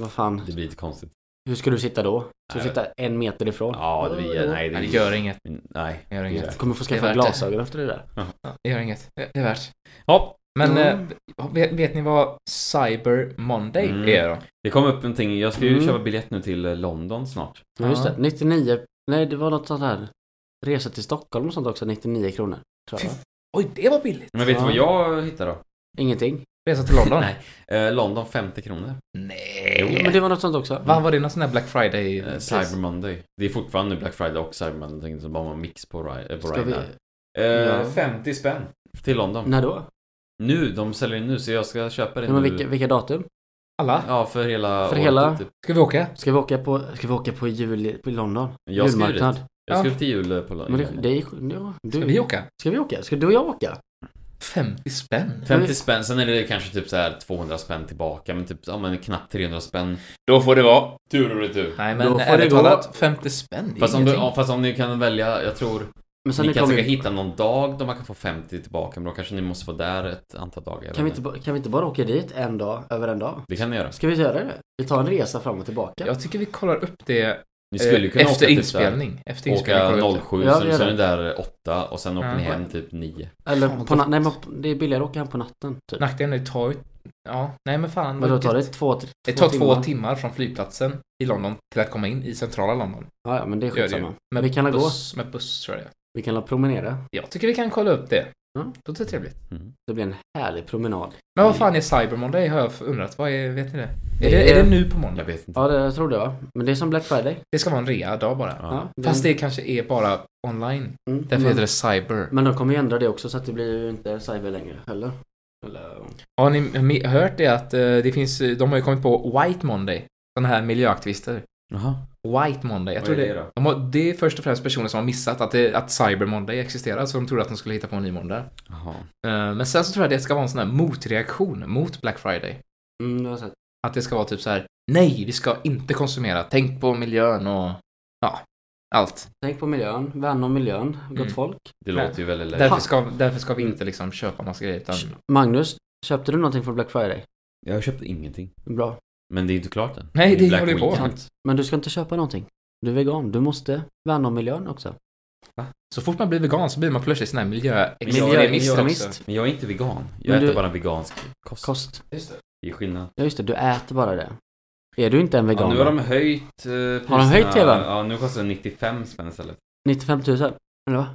[SPEAKER 2] vad fan.
[SPEAKER 3] Det blir lite konstigt.
[SPEAKER 2] Hur ska du sitta då? Ska du
[SPEAKER 3] Nej, jag
[SPEAKER 2] sitta en meter ifrån?
[SPEAKER 3] Ja, det blir... Nej, det
[SPEAKER 1] Nej, det
[SPEAKER 3] blir...
[SPEAKER 1] gör inget.
[SPEAKER 3] Nej.
[SPEAKER 1] Det gör
[SPEAKER 3] det
[SPEAKER 1] inget.
[SPEAKER 2] Du kommer få
[SPEAKER 1] Det
[SPEAKER 2] skaffa
[SPEAKER 1] är värt det.
[SPEAKER 2] glasögon efter det där.
[SPEAKER 1] Det gör inget. Det det är värt.
[SPEAKER 3] Ja,
[SPEAKER 1] Men
[SPEAKER 2] Ja.
[SPEAKER 1] eh, vet, vet ni vad Cyber Monday
[SPEAKER 3] Mm.
[SPEAKER 1] är då?
[SPEAKER 3] det kom upp någonting. Jag ska ju
[SPEAKER 2] Mm.
[SPEAKER 3] köpa biljett nu till eh, London snart.
[SPEAKER 2] Ja, just
[SPEAKER 1] Ja.
[SPEAKER 2] det. 99... Nej, det var något sånt här. Resa till Stockholm och sånt också, 99 kronor. Tror
[SPEAKER 1] Fy
[SPEAKER 2] jag.
[SPEAKER 1] Oj, det var billigt!
[SPEAKER 3] Men vet du
[SPEAKER 2] Ja.
[SPEAKER 3] vad jag hittade då?
[SPEAKER 2] Ingenting.
[SPEAKER 1] Mm. Resa till London?
[SPEAKER 3] Nej. Eh, London 50 kronor.
[SPEAKER 1] Nej.
[SPEAKER 2] Men det var något sånt också.
[SPEAKER 1] Vad var det någon sån där Black Friday?
[SPEAKER 3] Eh, Cyber Monday. Det är fortfarande Black Friday och Cyber Monday. Så bara man mix på Ri- eh, på
[SPEAKER 2] Ska
[SPEAKER 3] Ryanair.
[SPEAKER 2] vi...
[SPEAKER 3] Eh,
[SPEAKER 2] Ja.
[SPEAKER 3] 50 spänn till London.
[SPEAKER 2] När då?
[SPEAKER 3] Nu, de säljer ju nu så jag ska köpa det
[SPEAKER 2] Ja, men
[SPEAKER 3] nu.
[SPEAKER 2] vilka, vilka datum?
[SPEAKER 1] Alla?
[SPEAKER 3] Ja, för hela
[SPEAKER 2] För hela-
[SPEAKER 3] Typ.
[SPEAKER 1] Ska vi åka?
[SPEAKER 2] Ska vi åka på, ska vi åka på jul i- på London?
[SPEAKER 3] Jag ska ju dit.
[SPEAKER 2] Julmarknad.
[SPEAKER 3] Jag ska
[SPEAKER 1] Ja.
[SPEAKER 3] upp till jul eh, på London.
[SPEAKER 2] Men det, det är ja, du,
[SPEAKER 1] Ska vi åka?
[SPEAKER 2] Ska vi åka? Ska du och jag åka?
[SPEAKER 1] 50 spänn?
[SPEAKER 2] Mm.
[SPEAKER 3] 50 spänn, sen är det kanske typ så här 200 spänn tillbaka, men typ ja, men knappt 300 spänn.
[SPEAKER 1] Då får det vara.
[SPEAKER 3] Tur och retur.
[SPEAKER 1] Nej
[SPEAKER 2] Då
[SPEAKER 1] men
[SPEAKER 2] får det
[SPEAKER 1] ärligt
[SPEAKER 2] gå.
[SPEAKER 1] talat, 50 spänn? det är
[SPEAKER 3] Fast om, du,
[SPEAKER 1] ingenting.
[SPEAKER 3] ja, fast om ni kan välja, jag tror
[SPEAKER 2] Men sen
[SPEAKER 3] ni
[SPEAKER 2] nu
[SPEAKER 3] kanske
[SPEAKER 2] kommer
[SPEAKER 3] kan hitta någon dag då man kan få 50 tillbaka, men då kanske ni måste vara där ett antal dagar. jag
[SPEAKER 2] kan, vi
[SPEAKER 3] vet
[SPEAKER 2] inte, ba- kan vi inte bara åka dit en dag, över en dag?
[SPEAKER 3] Det kan ni göra.
[SPEAKER 2] Ska vi göra det? Vi tar en resa fram och tillbaka.
[SPEAKER 1] Jag tycker vi kollar upp det
[SPEAKER 3] Ni skulle
[SPEAKER 1] eh,
[SPEAKER 3] ju kunna
[SPEAKER 1] efter,
[SPEAKER 3] åka typ så här-
[SPEAKER 1] inspelning. efter inspelning. kollar vi upp
[SPEAKER 3] Åka
[SPEAKER 1] det.
[SPEAKER 3] 07,
[SPEAKER 2] Ja, vi
[SPEAKER 3] sen,
[SPEAKER 2] gör
[SPEAKER 3] sen är
[SPEAKER 2] det.
[SPEAKER 3] ni där 8 och sen åker
[SPEAKER 1] Ja.
[SPEAKER 3] ni hem typ 9.
[SPEAKER 1] Fan,
[SPEAKER 2] Eller
[SPEAKER 1] vad
[SPEAKER 2] på na-
[SPEAKER 1] gott.
[SPEAKER 2] nej, men det är billigare att åka hem på natten. Typ.
[SPEAKER 1] Nackdelen är att det tar ju... Ja, nej men fan.
[SPEAKER 2] Men då
[SPEAKER 1] vad
[SPEAKER 2] tar det
[SPEAKER 1] gött.
[SPEAKER 2] två, två,
[SPEAKER 1] det tar två timmar. från flygplatsen i London till att komma in i centrala London.
[SPEAKER 2] Ja, ja, men det är
[SPEAKER 1] Gör det ju.
[SPEAKER 2] skitsamma.
[SPEAKER 1] Med
[SPEAKER 2] Vi kan la gå.
[SPEAKER 1] buss, Med buss tror jag det är.
[SPEAKER 2] Vi kan la promenera.
[SPEAKER 1] Jag tycker vi kan kolla upp det.
[SPEAKER 2] Ja.
[SPEAKER 1] Det låter trevligt.
[SPEAKER 2] Det blir en härlig promenad.
[SPEAKER 1] Men vad
[SPEAKER 3] Mm.
[SPEAKER 1] fan är Cyber Monday har jag undrat. Vad är, vet ni det?
[SPEAKER 2] Det
[SPEAKER 1] Är det, är
[SPEAKER 2] är-
[SPEAKER 1] det nu på måndag?
[SPEAKER 3] Jag vet inte.
[SPEAKER 2] Ja, det tror jag. Men det är som Black Friday.
[SPEAKER 1] Det ska vara en rea-dag bara.
[SPEAKER 3] Ja.
[SPEAKER 2] Ja,
[SPEAKER 1] Fast det kanske är bara online.
[SPEAKER 2] mm,
[SPEAKER 1] Därför
[SPEAKER 2] men,
[SPEAKER 1] heter det Cyber.
[SPEAKER 2] men de kommer ju ändra det också så att det blir ju inte cyber längre heller. Eller...
[SPEAKER 1] Har ni me- hört det att eh, det finns, eh, de har ju kommit på White Monday. Sådana här miljöaktivister.
[SPEAKER 3] Jaha.
[SPEAKER 1] White Monday. Jag
[SPEAKER 3] Vad
[SPEAKER 1] tror
[SPEAKER 3] är
[SPEAKER 1] det,
[SPEAKER 3] det då?
[SPEAKER 1] de har, det är först och främst personer som har missat att, det, att Cyber Monday existerar, så de trodde att de skulle hitta på en ny måndag.
[SPEAKER 3] Jaha.
[SPEAKER 1] Eh, men sen så tror jag det ska vara en sån här motreaktion mot Black Friday.
[SPEAKER 2] Mm, det har jag sett.
[SPEAKER 1] Att det ska vara typ så här: nej, vi ska inte konsumera, tänk på miljön och ja, allt.
[SPEAKER 2] Tänk på miljön, värna om miljön, gott
[SPEAKER 1] Mm.
[SPEAKER 2] folk.
[SPEAKER 3] Det
[SPEAKER 1] Nej.
[SPEAKER 3] låter ju väldigt lätt.
[SPEAKER 1] Därför ska, därför ska vi inte liksom köpa massa grejer utan...
[SPEAKER 2] Magnus, köpte du någonting från Black Friday?
[SPEAKER 3] Jag har köpt ingenting.
[SPEAKER 2] Bra.
[SPEAKER 3] Men det är inte klart än.
[SPEAKER 1] Nej, det
[SPEAKER 3] är Black
[SPEAKER 1] håller ju på.
[SPEAKER 3] Weekend.
[SPEAKER 2] Sant. Men du ska inte köpa någonting. Du är vegan. Du måste värna om miljön också.
[SPEAKER 1] Så fort man blir vegan så blir man plötsligt sån här miljöextremist också.
[SPEAKER 2] Miljöextremist.
[SPEAKER 3] Men jag är inte vegan. Jag
[SPEAKER 2] Men
[SPEAKER 3] äter
[SPEAKER 2] du-
[SPEAKER 3] bara vegansk kost.
[SPEAKER 2] Kost.
[SPEAKER 3] Det är skillnad.
[SPEAKER 2] Ja just det, du äter bara det. Är du inte en
[SPEAKER 3] Ja,
[SPEAKER 2] vegan?
[SPEAKER 3] nu har de höjt eh, priserna.
[SPEAKER 2] Har de höjt TV:n?
[SPEAKER 3] Ja, nu kostar det 95 spänn istället.
[SPEAKER 2] 95 000? Eller va?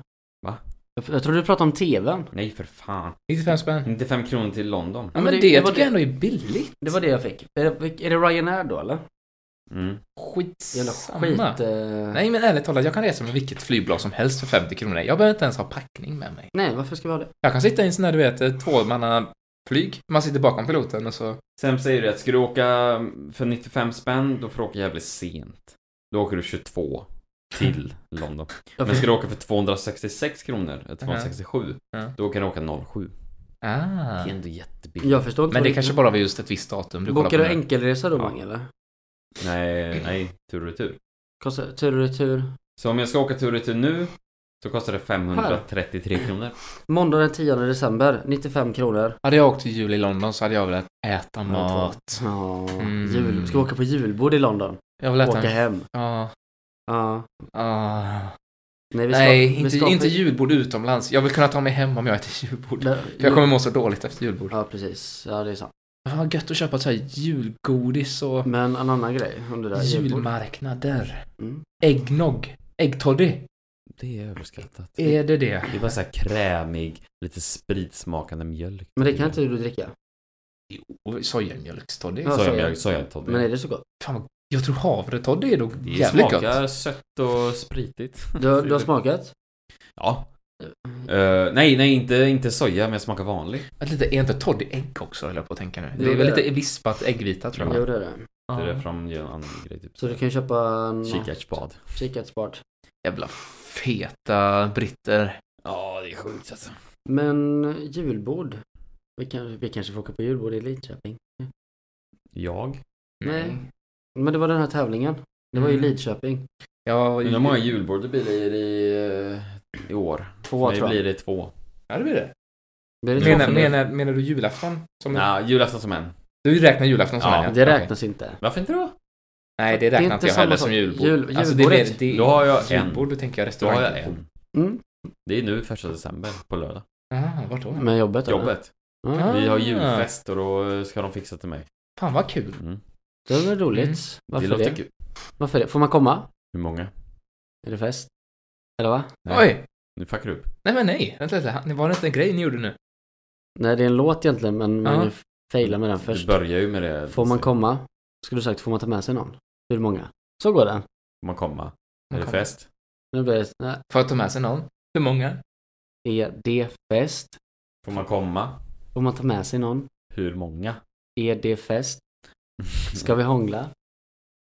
[SPEAKER 3] Va?
[SPEAKER 2] Jag, jag trodde du pratade om TVn.
[SPEAKER 3] Nej för fan.
[SPEAKER 1] 95 spänn.
[SPEAKER 3] 95 kronor till London.
[SPEAKER 1] Ja, men,
[SPEAKER 2] men
[SPEAKER 1] det,
[SPEAKER 2] det- det var
[SPEAKER 1] tycker jag
[SPEAKER 2] det-
[SPEAKER 1] ändå är billigt.
[SPEAKER 2] Det var det jag fick. Är det, är det Ryanair då eller?
[SPEAKER 3] Mm.
[SPEAKER 2] Jävla
[SPEAKER 1] Skitsamma.
[SPEAKER 2] skit... Eh...
[SPEAKER 1] Nej men ärligt talat, jag kan resa med vilket flygbolag som helst för 50 kronor. Jag behöver inte ens ha packning med mig.
[SPEAKER 2] Nej, varför ska vi ha det?
[SPEAKER 1] Jag kan sitta i en sån där du vet tvåmannaflyg. Man sitter bakom piloten och så...
[SPEAKER 3] Sen säger det att ska du åka för 95 spänn, då får du åka jävligt sent. Då åker du 22 till London.
[SPEAKER 2] Jag
[SPEAKER 3] Men
[SPEAKER 2] fick...
[SPEAKER 3] ska du åka för 266 kronor, eller 267,
[SPEAKER 1] Ja.
[SPEAKER 3] då kan du åka 07.
[SPEAKER 1] Ah.
[SPEAKER 3] Det är ändå jättebilligt.
[SPEAKER 2] Jag förstår inte.
[SPEAKER 1] Men
[SPEAKER 2] vad
[SPEAKER 1] det
[SPEAKER 2] du-
[SPEAKER 1] kanske bara var just ett visst datum du
[SPEAKER 2] Bokar du
[SPEAKER 1] på. nu.
[SPEAKER 2] enkelresa då
[SPEAKER 3] Ja.
[SPEAKER 2] Mange eller?
[SPEAKER 3] Nej, nej, tur och retur.
[SPEAKER 2] Kostar tur och retur?
[SPEAKER 3] Så om jag ska åka tur och retur nu, Så kostar det 533 kronor.
[SPEAKER 2] Måndag den 10 december, 95 kronor.
[SPEAKER 1] Hade jag åkt till jul i London så hade jag velat äta mat.
[SPEAKER 2] Ja,
[SPEAKER 1] Mm.
[SPEAKER 2] jul. Ska vi åka på julbord i London?
[SPEAKER 1] Jag vill äta
[SPEAKER 2] åka
[SPEAKER 1] en...
[SPEAKER 2] hem.
[SPEAKER 1] Ja.
[SPEAKER 2] Ja.
[SPEAKER 1] ja.
[SPEAKER 2] Nej, vi ska,
[SPEAKER 1] Ah. Nej,
[SPEAKER 2] vi
[SPEAKER 1] inte,
[SPEAKER 2] ska
[SPEAKER 1] inte
[SPEAKER 2] på-
[SPEAKER 1] julbord utomlands. Jag vill kunna ta mig hem om jag äter julbord.
[SPEAKER 2] Där-
[SPEAKER 1] För jag kommer må så dåligt efter julbord.
[SPEAKER 2] Ja, precis. Ja, det är sant.
[SPEAKER 1] Fan vad gött att köpa så här julgodis och
[SPEAKER 2] Men en annan grej om det där julbordet.
[SPEAKER 1] julmarknader.
[SPEAKER 2] Mm.
[SPEAKER 1] Äggnog. Äggtoddy.
[SPEAKER 3] Det är överskattat.
[SPEAKER 1] Är
[SPEAKER 2] Mm.
[SPEAKER 1] det det?
[SPEAKER 3] Det är bara så här krämig, lite spritsmakande mjölk.
[SPEAKER 2] Men det kan inte du dricka?
[SPEAKER 1] Och Sojamjölkstoddy.
[SPEAKER 2] Ja.
[SPEAKER 3] Sojamjölk, sojatoddy.
[SPEAKER 2] Men är det så gott?
[SPEAKER 1] Fan vad... Jag tror havretoddy är då
[SPEAKER 3] Det
[SPEAKER 1] jävligt
[SPEAKER 3] smakar
[SPEAKER 1] gott.
[SPEAKER 3] sött och spritigt.
[SPEAKER 2] Du, har- du har smakat?
[SPEAKER 3] Ja. Eh, nej, nej, inte, inte soja, men jag smakar vanlig.
[SPEAKER 1] Att Lite, är inte toddy ägg också höll jag på att tänka nu?
[SPEAKER 2] Jo,
[SPEAKER 1] det är väl
[SPEAKER 2] det är
[SPEAKER 1] lite vispat äggvita tror jag.
[SPEAKER 2] Jo, det är det.
[SPEAKER 1] Ja.
[SPEAKER 3] Det är från en annan grej, typ.
[SPEAKER 2] Så du kan ju köpa en
[SPEAKER 3] Kikärtsbad.
[SPEAKER 2] kikärtsbart.
[SPEAKER 1] Jävla feta britter.
[SPEAKER 3] Ja, det är sjukt alltså.
[SPEAKER 2] Men julbord? Vi, kan, vi kanske får åka på julbord i Lidköping?
[SPEAKER 3] Jag?
[SPEAKER 2] Nej. Men det var den här tävlingen. Det var ju
[SPEAKER 1] Mm.
[SPEAKER 2] Lidköping.
[SPEAKER 1] Ja,
[SPEAKER 3] Hur många julbord det blir i, eh, i år?
[SPEAKER 2] Två
[SPEAKER 3] Nej,
[SPEAKER 2] tror jag.
[SPEAKER 3] blir det två.
[SPEAKER 1] Ja, det blir det.
[SPEAKER 2] Blir det två
[SPEAKER 1] Menar,
[SPEAKER 2] för dig?
[SPEAKER 1] menar, menar du julafton? Som
[SPEAKER 2] Mm.
[SPEAKER 3] Ja, julafton som en.
[SPEAKER 1] Du räknar julafton som
[SPEAKER 3] Ja,
[SPEAKER 1] en,
[SPEAKER 2] Det
[SPEAKER 1] Okej.
[SPEAKER 2] räknas inte.
[SPEAKER 3] Varför inte då?
[SPEAKER 1] Nej, det
[SPEAKER 2] Det är
[SPEAKER 1] räknar
[SPEAKER 2] inte
[SPEAKER 1] inte jag heller
[SPEAKER 2] samma sak.
[SPEAKER 1] som julbord.
[SPEAKER 2] Jul-
[SPEAKER 1] alltså, det är mer,
[SPEAKER 2] julbordet.
[SPEAKER 1] det är
[SPEAKER 3] Då har jag en.
[SPEAKER 1] julbord, då tänker jag
[SPEAKER 3] Då
[SPEAKER 1] restaurang.
[SPEAKER 3] har jag en.
[SPEAKER 2] Mm.
[SPEAKER 3] Det är nu första december, på lördag.
[SPEAKER 1] Ah, vart då?
[SPEAKER 2] Med jobbet? eller?
[SPEAKER 3] Jobbet.
[SPEAKER 2] Ja.
[SPEAKER 1] Ah.
[SPEAKER 3] Vi har julfest och då ska de fixa till mig.
[SPEAKER 1] Fan vad kul.
[SPEAKER 3] Mm.
[SPEAKER 2] Det är väl roligt?
[SPEAKER 1] Mm.
[SPEAKER 2] Varför det?
[SPEAKER 3] låter kul.
[SPEAKER 2] Varför det? Får man komma?
[SPEAKER 3] Hur många?
[SPEAKER 2] Är det fest? Eller va?
[SPEAKER 3] Nej.
[SPEAKER 1] Oj!
[SPEAKER 3] Nu fuckar du upp.
[SPEAKER 1] Nej men nej, vänta lite. Han- Var det inte en grej ni gjorde nu?
[SPEAKER 2] Nej, det är en låt egentligen, men
[SPEAKER 1] Ja.
[SPEAKER 2] man failar med den
[SPEAKER 3] Du
[SPEAKER 2] först.
[SPEAKER 3] börjar ju med det.
[SPEAKER 2] Får man komma? Skulle du sagt, får man ta med sig någon? Hur många? Så går den.
[SPEAKER 3] Får man komma? Är det fest?
[SPEAKER 2] Nu blir det, nej,
[SPEAKER 1] Får jag ta med sig någon? Hur många?
[SPEAKER 2] är det fest?
[SPEAKER 3] Får man komma?
[SPEAKER 2] Får man ta med sig någon?
[SPEAKER 3] Hur många?
[SPEAKER 2] Är det fest? Ska vi hångla?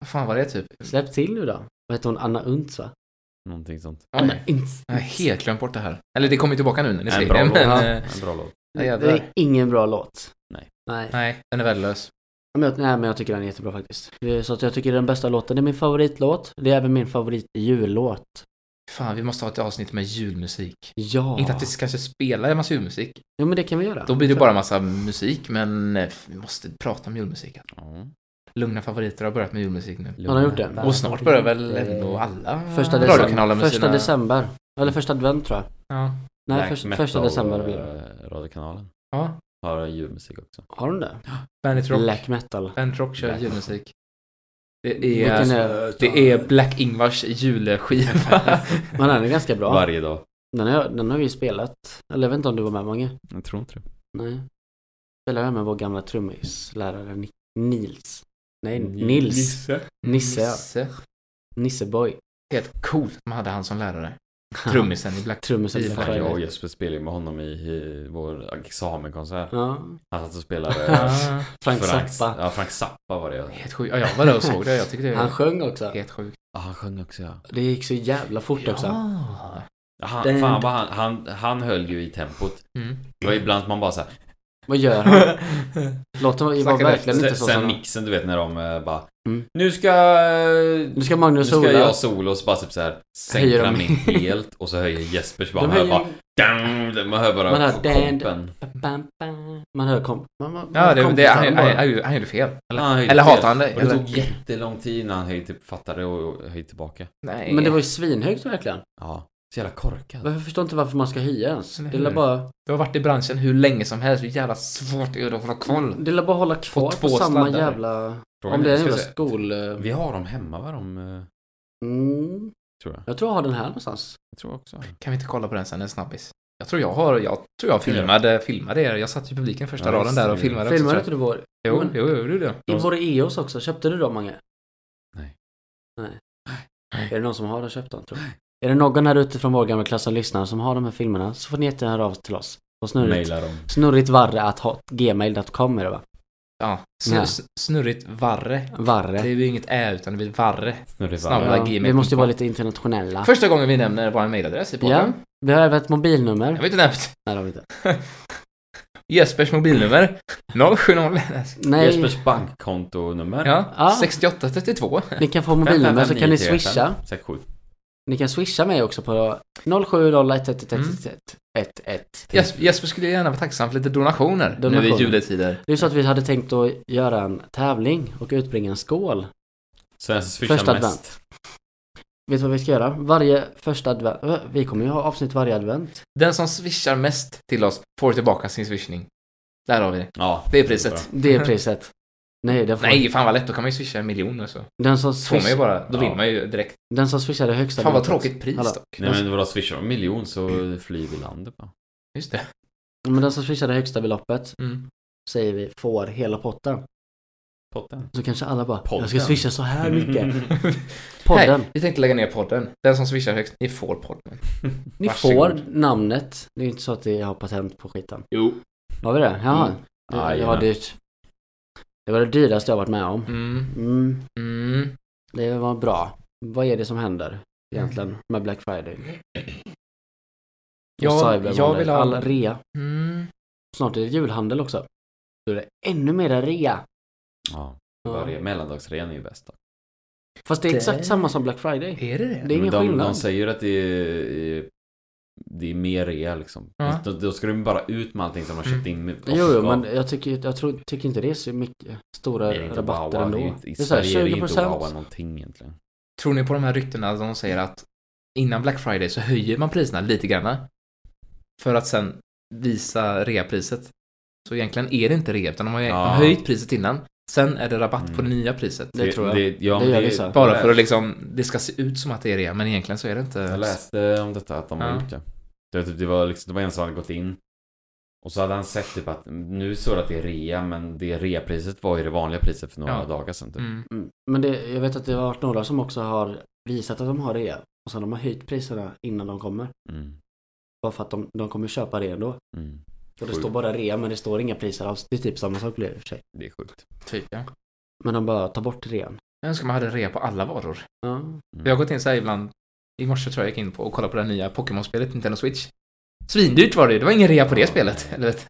[SPEAKER 1] Vad fan var det typ?
[SPEAKER 2] Släpp till nu då. Vad heter hon? Anna Untz va?
[SPEAKER 3] Någonting sånt.
[SPEAKER 1] Oj.
[SPEAKER 2] Anna Untz.
[SPEAKER 1] Jag har helt glömt bort det här. Eller det kommer ju tillbaka nu när ni
[SPEAKER 3] En
[SPEAKER 1] säger
[SPEAKER 3] bra
[SPEAKER 1] det,
[SPEAKER 3] låt.
[SPEAKER 1] men...
[SPEAKER 2] Ja.
[SPEAKER 1] eh,
[SPEAKER 3] En bra låt.
[SPEAKER 1] Ja,
[SPEAKER 2] det
[SPEAKER 1] jävlar.
[SPEAKER 2] är ingen bra låt.
[SPEAKER 3] Nej.
[SPEAKER 2] Nej.
[SPEAKER 1] Nej, den är värdelös.
[SPEAKER 2] Men jag, nej men jag tycker den är jättebra faktiskt. Det är Så att jag tycker den bästa låten är min favoritlåt. Det är även min favoritjullåt.
[SPEAKER 1] Fan, vi måste ha ett avsnitt med julmusik.
[SPEAKER 2] Ja.
[SPEAKER 1] Inte att vi kanske spelar en massa julmusik.
[SPEAKER 2] Jo men det kan vi göra.
[SPEAKER 1] Då blir det bara en massa musik, men eh, vi måste prata om julmusik.
[SPEAKER 3] Ja.
[SPEAKER 1] Lugna favoriter har börjat med julmusik nu.
[SPEAKER 2] Han har gjort den.
[SPEAKER 1] Och snart börjar väl ändå alla
[SPEAKER 2] Första
[SPEAKER 1] radiokanaler
[SPEAKER 2] december.
[SPEAKER 1] Mm. med
[SPEAKER 2] Första
[SPEAKER 1] sina...
[SPEAKER 2] december. Eller första advent tror jag.
[SPEAKER 1] Ja.
[SPEAKER 2] Nej,
[SPEAKER 3] Black
[SPEAKER 2] först,
[SPEAKER 3] metal,
[SPEAKER 2] första december blir det.
[SPEAKER 3] eh, Radiokanalen
[SPEAKER 1] ja.
[SPEAKER 3] har julmusik också.
[SPEAKER 2] Har de det?
[SPEAKER 1] Bandit Rock.
[SPEAKER 2] Black metal.
[SPEAKER 1] Bandit Rock kör
[SPEAKER 3] Black.
[SPEAKER 1] julmusik. Det
[SPEAKER 2] Vilken
[SPEAKER 1] är, alltså-
[SPEAKER 2] är...
[SPEAKER 1] det är Black Ingvars julskiva.
[SPEAKER 2] Men den är ganska bra.
[SPEAKER 3] Varje dag.
[SPEAKER 2] Den har, den har vi spelat. Eller jag vet inte om du var med Mange?
[SPEAKER 3] Jag tror inte det.
[SPEAKER 2] Nej. Spelade jag med vår gamla trummislärare Ni- Nils? Nej,
[SPEAKER 3] Ni-
[SPEAKER 2] Nils. Nisse, ja.
[SPEAKER 1] Nisse.
[SPEAKER 2] Nisseboy.
[SPEAKER 1] Helt coolt att man hade han som lärare.
[SPEAKER 2] Ja.
[SPEAKER 1] Trummisen i Black...
[SPEAKER 2] Trummisen.
[SPEAKER 1] I-
[SPEAKER 2] Black
[SPEAKER 3] Fan,
[SPEAKER 1] Friday.
[SPEAKER 3] jag
[SPEAKER 2] Friday.
[SPEAKER 3] och Jesper spelade ju med honom i, i vår examenkonsert.
[SPEAKER 2] Ja.
[SPEAKER 3] Han satt och spelade eh,
[SPEAKER 1] Ah,
[SPEAKER 2] Frank Zappa.
[SPEAKER 3] Ja, Frank Zappa var det.
[SPEAKER 1] helt sjukt. Ja, jag var där och såg det. Jag tyckte det
[SPEAKER 2] Han
[SPEAKER 1] var
[SPEAKER 2] sjöng också.
[SPEAKER 1] helt sjukt.
[SPEAKER 3] Ja, han sjöng också ja.
[SPEAKER 2] Det gick så jävla fort också.
[SPEAKER 1] Ja.
[SPEAKER 3] Ja, Han,
[SPEAKER 2] Den-
[SPEAKER 3] fan, vad han, han, han höll ju i tempot.
[SPEAKER 1] Mm.
[SPEAKER 3] Det var ibland man bara såhär.
[SPEAKER 2] Vad gör han? Låten var, var
[SPEAKER 1] Snackar
[SPEAKER 2] verkligen inte
[SPEAKER 3] Sen,
[SPEAKER 2] så
[SPEAKER 3] sen
[SPEAKER 2] som...
[SPEAKER 3] mixen du vet när de eh, bara.
[SPEAKER 2] Mm.
[SPEAKER 3] Nu ska... eh,
[SPEAKER 2] Nu ska
[SPEAKER 3] Nu
[SPEAKER 2] Magnus
[SPEAKER 3] ska
[SPEAKER 2] sola.
[SPEAKER 3] jag solo och så bara typ såhär.
[SPEAKER 2] Höjer
[SPEAKER 3] Sänker
[SPEAKER 2] de-
[SPEAKER 3] han min helt och så höjer Jespers bara.
[SPEAKER 2] De
[SPEAKER 3] Man hör bara.
[SPEAKER 2] höjer-
[SPEAKER 3] Damn, man hör bara
[SPEAKER 2] Man hör
[SPEAKER 3] kompen.
[SPEAKER 2] Bam, bam. Man hör kom... Man, man,
[SPEAKER 1] Ja, det, det, han,
[SPEAKER 2] kompisar
[SPEAKER 1] han,
[SPEAKER 2] bara.
[SPEAKER 1] han, han gjorde fel.
[SPEAKER 3] Eller, han höjde
[SPEAKER 1] Eller
[SPEAKER 3] fel.
[SPEAKER 1] hatar han dig,
[SPEAKER 3] typ- Och det
[SPEAKER 1] eller?
[SPEAKER 3] tog jättelång tid innan han höjde, typ, fattade och och höjde tillbaka.
[SPEAKER 1] Nej.
[SPEAKER 2] Men det var ju svinhögt verkligen.
[SPEAKER 3] Ja. Så jävla korkad.
[SPEAKER 2] Jag förstår inte varför man ska höja ens.
[SPEAKER 1] Eller
[SPEAKER 2] Det är väl
[SPEAKER 1] hur?
[SPEAKER 2] bara...
[SPEAKER 1] Du har varit i branschen hur länge som helst, hur jävla svårt är det att hålla koll?
[SPEAKER 2] Det är väl bara hålla kvar
[SPEAKER 1] två
[SPEAKER 2] på samma
[SPEAKER 1] sladdar.
[SPEAKER 2] jävla...
[SPEAKER 3] Frågan
[SPEAKER 2] Om det är en
[SPEAKER 3] ska
[SPEAKER 2] jävla
[SPEAKER 3] jag säga,
[SPEAKER 2] skol... eh,
[SPEAKER 3] Vi har dem hemma va? De, eh,
[SPEAKER 2] Mm,
[SPEAKER 3] tror jag.
[SPEAKER 2] jag tror jag har den här någonstans.
[SPEAKER 3] Jag tror också.
[SPEAKER 1] Kan vi inte kolla på den sen, en snabbis? Jag tror jag har, jag tror jag filmade, filmade er. Jag satt i publiken första
[SPEAKER 3] Ja,
[SPEAKER 1] raden där och
[SPEAKER 3] det.
[SPEAKER 1] filmade också.
[SPEAKER 2] Filmade
[SPEAKER 1] tror
[SPEAKER 2] inte du vår?
[SPEAKER 1] jag. Jo, jo, jo, det gjorde jag.
[SPEAKER 2] I vår EOS också. Köpte du dem Mange?
[SPEAKER 3] Nej.
[SPEAKER 2] Nej.
[SPEAKER 3] Nej.
[SPEAKER 2] Är det någon som har köpt dem tror du? Är det någon här ute från vår gamla klass som lyssnar som har de här filmerna så får ni jättegärna höra av er till oss. På snurrigt,
[SPEAKER 3] Mailar dem.
[SPEAKER 2] snurrigtvarre.gmail.com är det va?
[SPEAKER 1] Ja.
[SPEAKER 2] Nej.
[SPEAKER 1] Snu, s- snurrigt varre. Det är
[SPEAKER 2] Varre.
[SPEAKER 1] ju inget ä utan det blir varre.
[SPEAKER 3] Snurrig
[SPEAKER 1] Snabb.
[SPEAKER 3] varv.
[SPEAKER 1] jävla
[SPEAKER 2] Ja, vi
[SPEAKER 1] gmail.com.
[SPEAKER 2] måste ju vara lite internationella.
[SPEAKER 1] Första gången vi nämner vår mailadress i podden.
[SPEAKER 2] Ja, vi har även ett
[SPEAKER 1] Jag
[SPEAKER 2] mobilnummer.
[SPEAKER 1] har inte nämnt.
[SPEAKER 2] Nej, det har vi inte.
[SPEAKER 1] Jespers mobilnummer 070.
[SPEAKER 2] Nej,
[SPEAKER 3] Jespers bankkontonummer.
[SPEAKER 1] Ja,
[SPEAKER 2] Ja.
[SPEAKER 1] 6832.
[SPEAKER 2] ni kan få mobilnummer så kan ni swisha.
[SPEAKER 3] 67.
[SPEAKER 2] Ni kan swisha mig också på 07 dollar 1 1 1 1 1
[SPEAKER 1] Jes- Jesper skulle gärna vara tacksam för lite donationer, nu i
[SPEAKER 2] Donationer.
[SPEAKER 1] juletider.
[SPEAKER 2] Det är så att vi hade tänkt att göra en tävling och utbringa en skål.
[SPEAKER 3] Så den som swishar
[SPEAKER 2] Första
[SPEAKER 3] mest.
[SPEAKER 2] advent. Vet du vad vi ska göra? Varje första advent. ö, Vi kommer ju ha avsnitt varje advent.
[SPEAKER 1] Den som swishar mest till oss får tillbaka sin swishning. Där har vi det.
[SPEAKER 3] Ja,
[SPEAKER 1] Det är priset.
[SPEAKER 3] bra.
[SPEAKER 2] Det är priset. Nej, den, får,
[SPEAKER 1] Nej, fan vad lätt. Då kan man ju swisha en miljon och så.
[SPEAKER 2] den som
[SPEAKER 1] Får man ju
[SPEAKER 2] swishar
[SPEAKER 1] bara, då vill
[SPEAKER 3] Ja.
[SPEAKER 1] man ju direkt.
[SPEAKER 2] den som swishar det högsta
[SPEAKER 1] Fan vad
[SPEAKER 2] adventet.
[SPEAKER 1] tråkigt pris
[SPEAKER 2] Hallå.
[SPEAKER 1] dock.
[SPEAKER 3] Nej men vadå, swishar de en miljon så flyr vi landet va?
[SPEAKER 1] Just det.
[SPEAKER 2] Ja, Men den som swishar det högsta beloppet
[SPEAKER 1] Mm.
[SPEAKER 2] säger vi får hela potten.
[SPEAKER 3] Potten.
[SPEAKER 2] Så kanske alla bara
[SPEAKER 3] Podden.
[SPEAKER 2] Jag ska swisha så här mycket. Podden.
[SPEAKER 1] Nej, vi tänkte lägga ner podden. Den som swishar högst, ni får podden.
[SPEAKER 2] Ni
[SPEAKER 1] varsågod.
[SPEAKER 2] får namnet. Det är inte så att jag har patent på skiten.
[SPEAKER 1] Jo.
[SPEAKER 2] Har vi det? Jaha.
[SPEAKER 3] Mm.
[SPEAKER 2] Det, det
[SPEAKER 3] Jajamän.
[SPEAKER 2] var dyrt. Det var det dyraste jag varit med om.
[SPEAKER 1] Mm.
[SPEAKER 2] Mm.
[SPEAKER 1] Mm.
[SPEAKER 2] Det var bra. Vad är det som händer egentligen med Black Friday? och
[SPEAKER 1] Jag,
[SPEAKER 2] Cyber
[SPEAKER 1] jag
[SPEAKER 2] Monday?
[SPEAKER 1] vill ha...
[SPEAKER 2] All rea.
[SPEAKER 1] Mm.
[SPEAKER 2] Snart är det julhandel också. Då är det ännu mera rea.
[SPEAKER 3] Ja,
[SPEAKER 2] Ja.
[SPEAKER 3] varje mellandagsrean är ju bäst. Då.
[SPEAKER 2] Fast det är exakt
[SPEAKER 1] Det-
[SPEAKER 2] samma som Black Friday.
[SPEAKER 1] Är det det?
[SPEAKER 2] Det är ingen
[SPEAKER 3] de,
[SPEAKER 2] skillnad.
[SPEAKER 3] De säger att det är, det är mer rea liksom.
[SPEAKER 1] Ja.
[SPEAKER 3] Då, då ska de bara ut med allting som de har köpt in. Med,
[SPEAKER 2] Mm. Jo, jo, men jag tycker, jag tror, tycker inte det är så mycket stora
[SPEAKER 3] Det är inte
[SPEAKER 2] rabatter
[SPEAKER 3] Wawa,
[SPEAKER 2] ändå.
[SPEAKER 3] det är inte- I
[SPEAKER 2] så här,
[SPEAKER 3] Sverige är det inte
[SPEAKER 2] 20%.
[SPEAKER 3] Wawa någonting egentligen.
[SPEAKER 1] Tror ni på de här ryktena som säger att innan Black Friday så höjer man priserna lite grann för att sen visa reapriset? Så egentligen är det inte rea, utan de har, de har
[SPEAKER 3] Ja.
[SPEAKER 1] höjt priset innan. Sen är det rabatt på det
[SPEAKER 3] Mm.
[SPEAKER 1] nya priset.
[SPEAKER 2] Det tror jag.
[SPEAKER 3] Det, ja,
[SPEAKER 2] Det
[SPEAKER 3] men
[SPEAKER 2] gör
[SPEAKER 3] det,
[SPEAKER 2] vissa.
[SPEAKER 1] Bara för att liksom, det ska se ut som att det är rea, men egentligen så är det inte.
[SPEAKER 3] Jag läste om detta, att de
[SPEAKER 1] Ja.
[SPEAKER 3] var ute. Det var, typ, det, var liksom, det var en som hade gått in. Och så hade han sett typ att nu står det att det är rea, men det reapriset var ju det vanliga priset för några
[SPEAKER 1] Ja.
[SPEAKER 3] dagar sedan. Typ.
[SPEAKER 1] Mm.
[SPEAKER 2] Mm. Men det, jag vet att det har varit några som också har visat att de har rea. Och sen de har höjt priserna innan de kommer.
[SPEAKER 3] Mm.
[SPEAKER 2] Bara för att de, de kommer köpa rea ändå.
[SPEAKER 3] Mm.
[SPEAKER 2] Och det
[SPEAKER 3] Sjukt.
[SPEAKER 2] står bara rea men det står inga priser alls. Det är typ samma sak blir det i och för sig.
[SPEAKER 3] Det är sjukt.
[SPEAKER 1] Typ, ja.
[SPEAKER 2] Men de bara tar bort rean.
[SPEAKER 1] Jag önskar man hade rea på alla varor.
[SPEAKER 3] Mm.
[SPEAKER 2] Ja.
[SPEAKER 1] Jag har gått in så här ibland, i morse tror jag jag gick in på och kollade på det här nya Pokémon-spelet, Nintendo Switch. Svindyrt var det ju, det var ingen rea på det
[SPEAKER 3] Ja.
[SPEAKER 1] spelet. Eller vet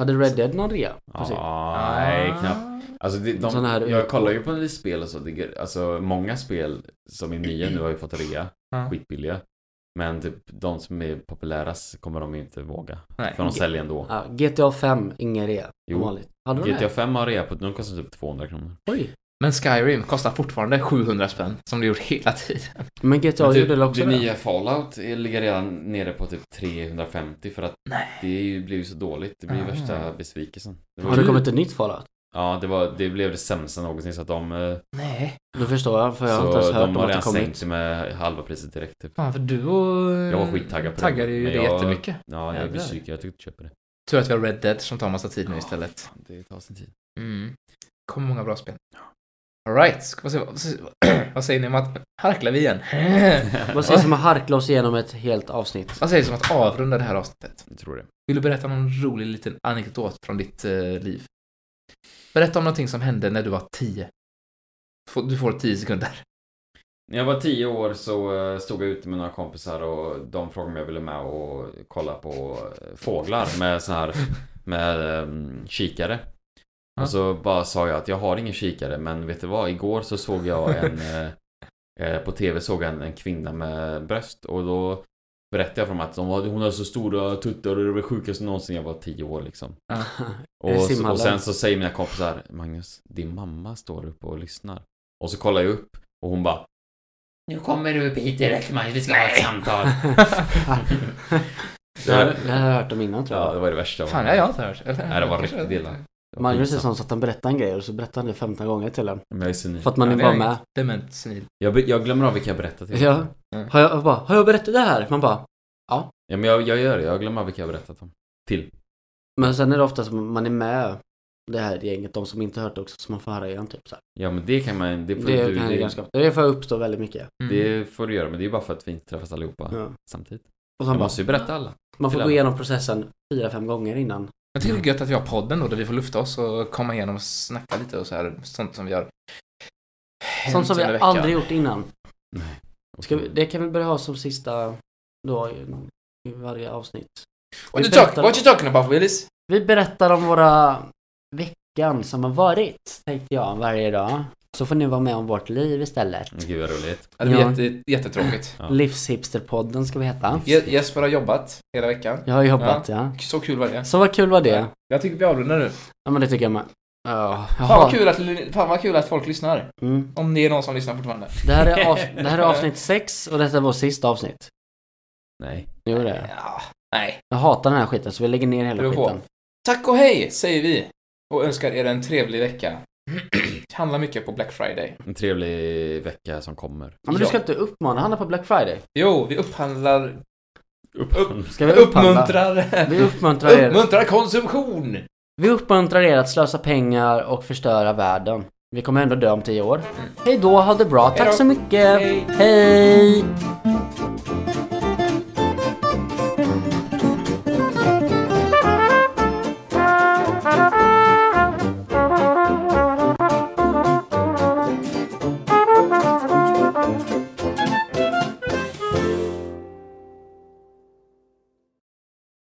[SPEAKER 2] Hade Red Dead någon rea? på sin?
[SPEAKER 3] Ja, Ah, nej, knappt. Alltså det, de,
[SPEAKER 2] Såna här-
[SPEAKER 3] jag kollar ju på en del spel och så, det, alltså många spel som är nya nu har ju fått rea,
[SPEAKER 1] Ja.
[SPEAKER 3] skitbilliga. Men typ de som är populärast kommer de ju inte våga.
[SPEAKER 1] Nej.
[SPEAKER 3] För de säljer ändå.
[SPEAKER 2] Ja, GTA 5, ingen rea.
[SPEAKER 3] Jo.
[SPEAKER 2] Jo. Vanligt. Hade de
[SPEAKER 3] GTA
[SPEAKER 2] det?
[SPEAKER 3] 5 har rea på, de kostar typ 200 kronor.
[SPEAKER 2] Oj.
[SPEAKER 1] Men Skyrim kostar fortfarande 700 spänn, som det gjort hela tiden.
[SPEAKER 2] Men GTA
[SPEAKER 3] Men typ,
[SPEAKER 2] gjorde väl också
[SPEAKER 3] det
[SPEAKER 2] det?
[SPEAKER 3] nya Fallout är- ligger redan nere på typ 350 för att det är ju, blev ju så dåligt. Det blir ju
[SPEAKER 1] Ah.
[SPEAKER 3] värsta besvikelsen. Det var,
[SPEAKER 2] Har det kommit ett nytt Fallout?
[SPEAKER 3] Ja, det, var, det blev det sämsta någonsin så att de... eh,
[SPEAKER 1] Nej.
[SPEAKER 2] Då förstår jag, för jag har inte ens
[SPEAKER 3] Så
[SPEAKER 2] hört
[SPEAKER 3] de
[SPEAKER 2] om
[SPEAKER 3] har
[SPEAKER 2] att det
[SPEAKER 3] redan sänkt
[SPEAKER 2] kommit.
[SPEAKER 3] det med halva priset direkt typ.
[SPEAKER 1] Fan, för du och...
[SPEAKER 3] Jag var skittaggad på det,
[SPEAKER 1] Taggade ju
[SPEAKER 3] men
[SPEAKER 1] det
[SPEAKER 3] jag-
[SPEAKER 1] jättemycket.
[SPEAKER 3] Ja, jag är
[SPEAKER 1] Jävlar.
[SPEAKER 3] besviken. Jag tycker inte köper det.
[SPEAKER 1] Tur att vi har Red Dead som tar massa tid nu istället.
[SPEAKER 3] Fan, det tar sin tid.
[SPEAKER 1] Mm. Kommer många bra spel. Alright, ska vi se, vad, vad säger ni om att... Harklar vi igen?
[SPEAKER 2] Vad sägs om att harkla oss igenom ett helt avsnitt?
[SPEAKER 1] vad säger du om att avrunda det här avsnittet?
[SPEAKER 3] Jag tror det.
[SPEAKER 1] Vill du berätta någon rolig liten anekdot från ditt eh, liv? Berätta om någonting som hände när du var 10. Få- Du får 10 sekunder.
[SPEAKER 3] När jag var tio år så eh, stod jag ute med några kompisar och de frågade om jag ville med och kolla på eh, fåglar med sån här med ehm, kikare.
[SPEAKER 1] Ja.
[SPEAKER 3] Och så bara sa jag att jag har ingen kikare men vet du vad? Igår så såg jag en eh, eh, på tv såg jag en, en kvinna med bröst och då berättade jag för dem att de har- hon har så stora tuttar och det var det sjukaste någonsin jag var tio år liksom.
[SPEAKER 2] Är det
[SPEAKER 3] Och, så,
[SPEAKER 2] simhallen?
[SPEAKER 3] och sen så säger mina kompisar Magnus, din mamma står uppe och lyssnar Och så kollar jag upp och hon bara Nu kommer du upp hit direkt Magnus, vi ska ha ett samtal
[SPEAKER 2] det, här, det här har jag hört om innan tror
[SPEAKER 3] Ja,
[SPEAKER 2] jag.
[SPEAKER 3] det var det värsta
[SPEAKER 1] Fan, det har jag inte hört. Eller?
[SPEAKER 3] Nej, det var riktigt illa Det var
[SPEAKER 2] Magnus är
[SPEAKER 3] pinsamt.
[SPEAKER 2] sån så att han berättar en grej och så berättar han det 15 gånger till en.
[SPEAKER 3] Men jag är senil.
[SPEAKER 2] För att man
[SPEAKER 1] Ja,
[SPEAKER 2] är
[SPEAKER 1] det
[SPEAKER 2] bara
[SPEAKER 1] är
[SPEAKER 2] med.
[SPEAKER 1] Dement senil.
[SPEAKER 3] jag, be- jag glömmer av vilka jag berättar till
[SPEAKER 2] Ja.
[SPEAKER 1] Mm.
[SPEAKER 2] Har jag, jag bara, har jag berättat det här? Man bara,
[SPEAKER 3] ja men jag, jag gör det, jag glömmer av vilka jag berättat om Till
[SPEAKER 2] men sen är det ofta som man är med det här gänget, de som inte hört det också, som man får höra igen typ så här.
[SPEAKER 3] Ja men det kan man, det får,
[SPEAKER 2] Det
[SPEAKER 3] du,
[SPEAKER 2] kan ju
[SPEAKER 3] det,
[SPEAKER 2] ganska ofta. Det får uppstå väldigt mycket.
[SPEAKER 1] Mm.
[SPEAKER 3] det får du göra men det är bara för att vi inte träffas allihopa
[SPEAKER 2] Ja.
[SPEAKER 3] samtidigt
[SPEAKER 2] Och
[SPEAKER 3] Jag
[SPEAKER 2] sen bara,
[SPEAKER 3] måste ju berätta alla
[SPEAKER 2] man får
[SPEAKER 3] till
[SPEAKER 2] gå
[SPEAKER 3] alla.
[SPEAKER 2] igenom processen fyra, fem gånger innan.
[SPEAKER 1] Jag tycker det är
[SPEAKER 2] Mm.
[SPEAKER 1] gött att vi har podden då, där vi får lufta oss och komma igenom och snacka lite och så här, sånt som vi har hänt
[SPEAKER 2] Sånt som vi
[SPEAKER 1] under veckan.
[SPEAKER 2] aldrig gjort innan.
[SPEAKER 3] Nej
[SPEAKER 2] Ska vi, det kan vi börja ha som sista då i- i varje avsnitt.
[SPEAKER 1] What
[SPEAKER 2] vi
[SPEAKER 1] you, talk,
[SPEAKER 2] berättar-
[SPEAKER 1] what you talking about Willis?
[SPEAKER 2] Vi berättar om våra veckan som har varit, tänkte jag, varje dag. Så får ni vara med om vårt liv istället.
[SPEAKER 3] Mm, Gud vad roligt.
[SPEAKER 1] Ja, Det var
[SPEAKER 2] Ja.
[SPEAKER 1] jätte, jättetråkigt.
[SPEAKER 3] Ja.
[SPEAKER 2] Livshipsterpodden ska vi heta.
[SPEAKER 1] Je- Jesper har jobbat hela veckan.
[SPEAKER 2] Jag har jobbat ja.
[SPEAKER 1] Så kul var det.
[SPEAKER 2] Så vad kul var det?
[SPEAKER 1] Jag tycker vi avrundar nu.
[SPEAKER 2] Ja men det tycker jag med. Ja,
[SPEAKER 1] Fan
[SPEAKER 2] jag
[SPEAKER 1] vad,
[SPEAKER 2] har-
[SPEAKER 1] kul att, fan vad kul att folk lyssnar.
[SPEAKER 2] Mm.
[SPEAKER 1] Om det är någon som lyssnar fortfarande.
[SPEAKER 2] Det, här är av, det här är avsnitt 6 och detta är vårt sista avsnitt.
[SPEAKER 3] Nej.
[SPEAKER 2] Jo det är.
[SPEAKER 1] Ja, nej.
[SPEAKER 2] Jag hatar den här skiten så vi lägger ner
[SPEAKER 1] Det
[SPEAKER 2] hela
[SPEAKER 1] beror på.
[SPEAKER 2] skiten.
[SPEAKER 1] Tack och hej säger vi. Och önskar er en trevlig vecka. Handla mycket på Black Friday.
[SPEAKER 3] En trevlig vecka som kommer.
[SPEAKER 2] Ja, men du ska inte uppmana Hanna på Black Friday.
[SPEAKER 1] Jo, vi upphandlar,
[SPEAKER 3] Upp.
[SPEAKER 2] Ska vi upphandla?
[SPEAKER 1] uppmuntrar,
[SPEAKER 2] Vi uppmuntrar er.
[SPEAKER 1] uppmuntrar konsumtion.
[SPEAKER 2] Vi uppmuntrar er att slösa pengar och förstöra världen. Vi kommer ändå dö om tio år. Hej då, ha det bra.
[SPEAKER 1] Hej
[SPEAKER 2] Tack
[SPEAKER 1] då.
[SPEAKER 2] så mycket.
[SPEAKER 1] Hej.
[SPEAKER 2] Hej.